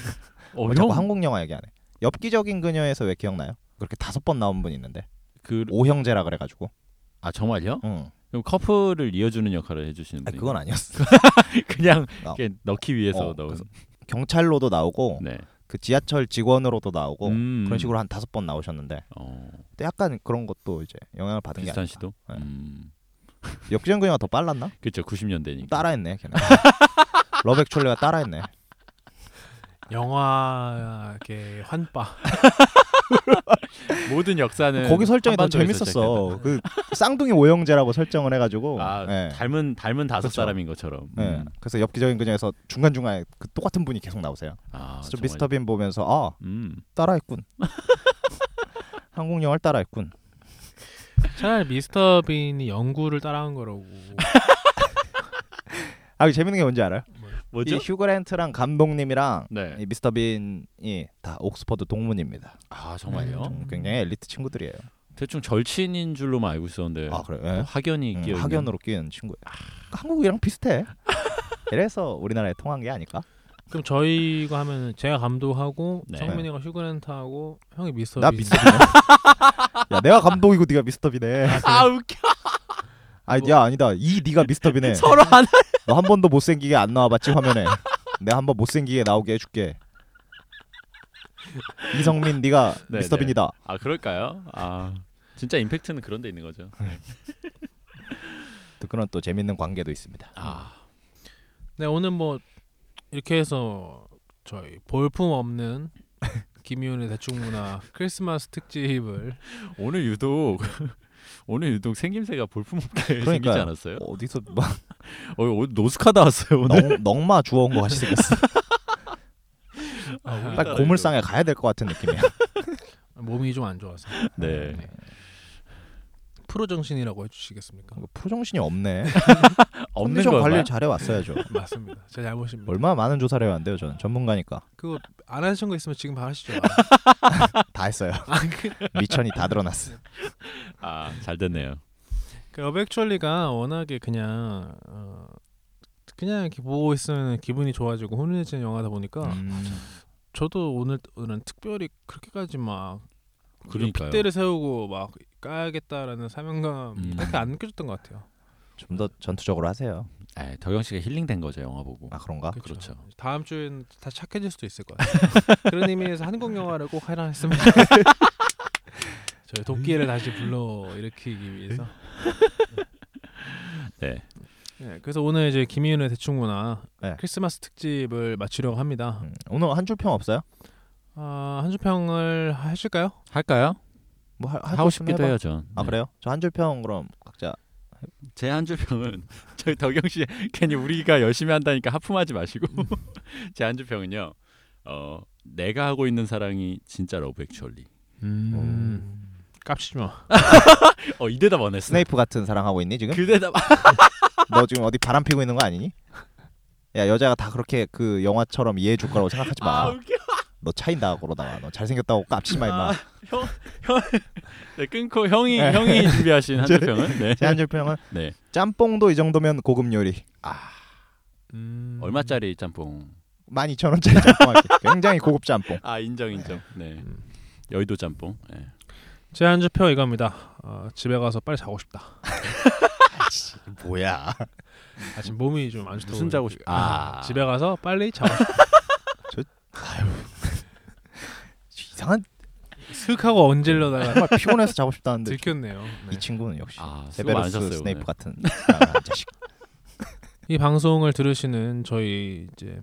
[SPEAKER 3] 어,
[SPEAKER 2] 뭐
[SPEAKER 3] 형
[SPEAKER 2] 자꾸 한국 영화 얘기 안 해. 엽기적인 그녀에서 왜 기억나요? 그렇게 다섯 번 나온 분 있는데
[SPEAKER 3] 그 아
[SPEAKER 2] 오형제라 그래가지고.
[SPEAKER 3] 정말요?
[SPEAKER 2] 응.
[SPEAKER 3] 그럼 커플을 이어주는 역할을 해주시는
[SPEAKER 2] 아
[SPEAKER 3] 분이
[SPEAKER 2] 그건 아니었어.
[SPEAKER 3] 그냥
[SPEAKER 2] 어.
[SPEAKER 3] 이렇게 넣기 위해서
[SPEAKER 2] 어,
[SPEAKER 3] 넣은.
[SPEAKER 2] 그래서 경찰로도 나오고
[SPEAKER 3] 네.
[SPEAKER 2] 그 지하철 직원으로도 나오고
[SPEAKER 3] 음.
[SPEAKER 2] 뭐 그런 식으로 한 다섯 번 나오셨는데
[SPEAKER 3] 어,
[SPEAKER 2] 근데 약간 그런 것도 이제 영향을 받은 게
[SPEAKER 3] 비슷한
[SPEAKER 2] 아닐까.
[SPEAKER 3] 시도.
[SPEAKER 2] 네.
[SPEAKER 3] 음.
[SPEAKER 2] 엽기적인 그녀가 더 빨랐나?
[SPEAKER 3] 그렇죠. 90년대니까.
[SPEAKER 2] 따라했네 걔네. 러백촐레가 따라했네.
[SPEAKER 1] 영화계 환빠.
[SPEAKER 3] 모든 역사는
[SPEAKER 2] 거기 설정이 더
[SPEAKER 3] 네, 한반도에서
[SPEAKER 2] 재밌었어. 그 쌍둥이 오형제라고 설정을 해가지고.
[SPEAKER 3] 시작된다. 아
[SPEAKER 2] 예.
[SPEAKER 3] 닮은 닮은 다섯
[SPEAKER 2] 그렇죠.
[SPEAKER 3] 사람인 것처럼.
[SPEAKER 2] 예.
[SPEAKER 3] 음.
[SPEAKER 2] 그래서 엽기적인 그녀에서 중간 중간에 그 똑같은 분이 계속 나오세요.
[SPEAKER 3] 아,
[SPEAKER 2] 그래서 좀
[SPEAKER 3] 정말.
[SPEAKER 2] 미스터 빈 보면서 아
[SPEAKER 3] 음.
[SPEAKER 2] 따라했군. 한국 영화를 따라했군.
[SPEAKER 1] 차라리 미스터 빈이 연구를 따라한 거라고.
[SPEAKER 2] 아 이거 재밌는 게 뭔지 알아요?
[SPEAKER 3] 뭐죠?
[SPEAKER 2] 이 휴그랜트랑 감독님이랑
[SPEAKER 3] 네.
[SPEAKER 2] 이 미스터 빈이 다 옥스퍼드 동문입니다.
[SPEAKER 3] 아 정말요?
[SPEAKER 1] 음.
[SPEAKER 2] 좀 굉장히 엘리트 친구들이에요.
[SPEAKER 3] 대충 절친인 줄로만 알고 있었는데
[SPEAKER 2] 아 그래? 요
[SPEAKER 3] 학연이 끼어 있는.
[SPEAKER 2] 학연으로 끼는 친구예요. 한국이랑 비슷해. 이래서 우리나라에 통한 게 아닐까?
[SPEAKER 1] 그럼 저희가 하면 제가 감독하고
[SPEAKER 3] 네.
[SPEAKER 1] 성민이가 휴그랜트하고 형이 미스터
[SPEAKER 2] 나
[SPEAKER 1] 빈.
[SPEAKER 2] 미스터비네. 야 내가 감독이고 네가 미스터비네.
[SPEAKER 3] 아 웃겨.
[SPEAKER 2] 아니 야 아니다. 이 네가 미스터비네.
[SPEAKER 3] 서로 안.
[SPEAKER 2] 너 한 번도 못생기게 안 나와봤지 화면에. 내가 한 번 못생기게 나오게 해줄게. 이성민 네가
[SPEAKER 3] 네,
[SPEAKER 2] 미스터빈이다.
[SPEAKER 3] 아 그럴까요? 아 진짜 임팩트는 그런 데 있는 거죠.
[SPEAKER 2] 또 그런 또 재밌는 관계도 있습니다.
[SPEAKER 3] 아
[SPEAKER 1] 네 오늘 뭐 이렇게 해서 저희 볼품 없는 김희훈의 대충 문화 크리스마스 특집을
[SPEAKER 3] 오늘 유독 오늘 유독 생김새가 볼품없게 생기지
[SPEAKER 2] 그러니까요.
[SPEAKER 3] 않았어요?
[SPEAKER 2] 어디서 막
[SPEAKER 3] 어 오늘 노숙하다 왔어요 오늘.
[SPEAKER 2] 넉, 넉마 주워온 것 같이 생겼어.
[SPEAKER 1] 아,
[SPEAKER 3] 우리
[SPEAKER 2] 딱 고물상에 가야 될 것 같은 느낌이야.
[SPEAKER 1] 몸이 좀 안 좋아서
[SPEAKER 3] 네.
[SPEAKER 1] 프로 정신이라고 해주시겠습니까?
[SPEAKER 2] 프로정신이 뭐 없네.
[SPEAKER 3] 없는
[SPEAKER 2] 컨디션
[SPEAKER 3] 건가요?
[SPEAKER 2] 관리를 잘해 왔어야죠.
[SPEAKER 1] 맞습니다. 제 잘못입니다.
[SPEAKER 2] 얼마나 많은 조사를 해왔는데요, 저는 전문가니까
[SPEAKER 1] 그거 안 하신 거 있으면 지금 바로 하시죠.
[SPEAKER 2] 다 했어요.
[SPEAKER 1] 아, 그-
[SPEAKER 2] 미천이 다 드러났어.
[SPEAKER 3] 아 잘 됐네요.
[SPEAKER 1] 그 어백츄얼리가 워낙에 그냥 어, 그냥 이렇게 보고 있으면 기분이 좋아지고 훈훈해지는 영화다 보니까
[SPEAKER 2] 음,
[SPEAKER 1] 저도 오늘 오늘은 특별히 그렇게까지 막
[SPEAKER 3] 그러니까요.
[SPEAKER 1] 핏대를 세우고 막 까야겠다라는 사명감
[SPEAKER 3] 음.
[SPEAKER 1] 그렇게 안 느껴졌던 것 같아요.
[SPEAKER 2] 좀 더 전투적으로 하세요.
[SPEAKER 3] 에, 네, 덕영 씨가 힐링된 거죠 영화 보고.
[SPEAKER 2] 아 그런가?
[SPEAKER 3] 그렇죠.
[SPEAKER 1] 다음 주엔 다 착해질 수도 있을 것 같아요. 그런 의미에서 한국 영화를 꼭 하라 했습니다. 저희 도끼를 다시 불러 일으키기 위해서.
[SPEAKER 3] 네.
[SPEAKER 1] 네, 그래서 오늘 이제 김희윤의 대충 문화
[SPEAKER 2] 네.
[SPEAKER 1] 크리스마스 특집을 마치려고 합니다.
[SPEAKER 2] 음, 오늘 한 줄 평 없어요?
[SPEAKER 1] 아, 한주 평을 하실까요?
[SPEAKER 3] 할까요?
[SPEAKER 2] 뭐 하,
[SPEAKER 3] 하고 싶기도 해요 네. 전.
[SPEAKER 2] 아 그래요? 저 한 줄 평 그럼 각자
[SPEAKER 3] 제한 주평은 저희 덕영 씨 괜히 우리가 열심히 한다니까 하품하지 마시고 제한 주평은요. 어 내가 하고 있는 사랑이 진짜 러브 액츄얼리. 음.
[SPEAKER 1] 음, 깝치지 마.
[SPEAKER 3] 어 이 대답 원했어.
[SPEAKER 2] 스네이프 같은 사랑하고 있니 지금?
[SPEAKER 3] 그 대답.
[SPEAKER 2] 너 지금 어디 바람 피고 있는 거 아니니? 야 여자가 다 그렇게 그 영화처럼 이해해 줄 거라고 생각하지
[SPEAKER 3] 아
[SPEAKER 2] 마.
[SPEAKER 3] 웃겨. 아,
[SPEAKER 2] 너 차인다 그러다가 너 잘생겼다고 깝치지 마 임마.
[SPEAKER 3] 형형 네, 끊고 형이
[SPEAKER 2] 네.
[SPEAKER 3] 형이 준비하신 한 주평은 네.
[SPEAKER 2] 제한 줄 평은
[SPEAKER 3] 네.
[SPEAKER 2] 짬뽕도 이 정도면 고급 요리.
[SPEAKER 1] 음.
[SPEAKER 3] 얼마짜리 짬뽕?
[SPEAKER 2] 12,000원짜리 짬뽕 할게. 굉장히 고급 짬뽕.
[SPEAKER 3] 아 인정 인정. 네.
[SPEAKER 1] 음.
[SPEAKER 3] 여의도 짬뽕. 네.
[SPEAKER 1] 제 한주표 이겁니다. 어, 집에 가서 빨리 자고 싶다.
[SPEAKER 2] 뭐야?
[SPEAKER 1] 아, 지금 몸이 좀 안 좋다.
[SPEAKER 3] 무슨 자고 싶? 아
[SPEAKER 1] 집에 가서 빨리 자고 싶다.
[SPEAKER 2] 이상한
[SPEAKER 1] 슥 하고
[SPEAKER 3] 네.
[SPEAKER 1] 얹으려다가
[SPEAKER 2] 정말 피곤해서 자고 싶다는데
[SPEAKER 1] 들켰네요.
[SPEAKER 2] 이
[SPEAKER 1] 네.
[SPEAKER 2] 친구는 역시
[SPEAKER 3] 아 수고 많으셨어요.
[SPEAKER 2] 세베르스
[SPEAKER 3] 오늘.
[SPEAKER 2] 스네이프 같은 아, 자식.
[SPEAKER 1] 이 방송을 들으시는 저희 이제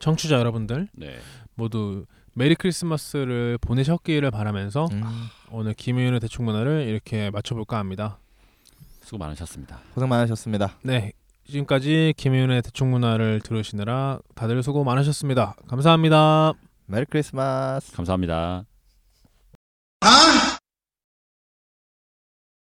[SPEAKER 1] 청취자 여러분들
[SPEAKER 3] 네.
[SPEAKER 1] 모두 메리 크리스마스를 보내셨기를
[SPEAKER 3] 어?
[SPEAKER 1] 바라면서
[SPEAKER 2] 음,
[SPEAKER 1] 오늘 김희윤의 대충 문화를 이렇게 맞춰볼까 합니다.
[SPEAKER 3] 수고 많으셨습니다.
[SPEAKER 2] 고생 많으셨습니다.
[SPEAKER 1] 네, 지금까지 김희윤의 대충 문화를 들으시느라 다들 수고 많으셨습니다. 감사합니다.
[SPEAKER 2] 메리 크리스마스.
[SPEAKER 3] 감사합니다.
[SPEAKER 4] Huh?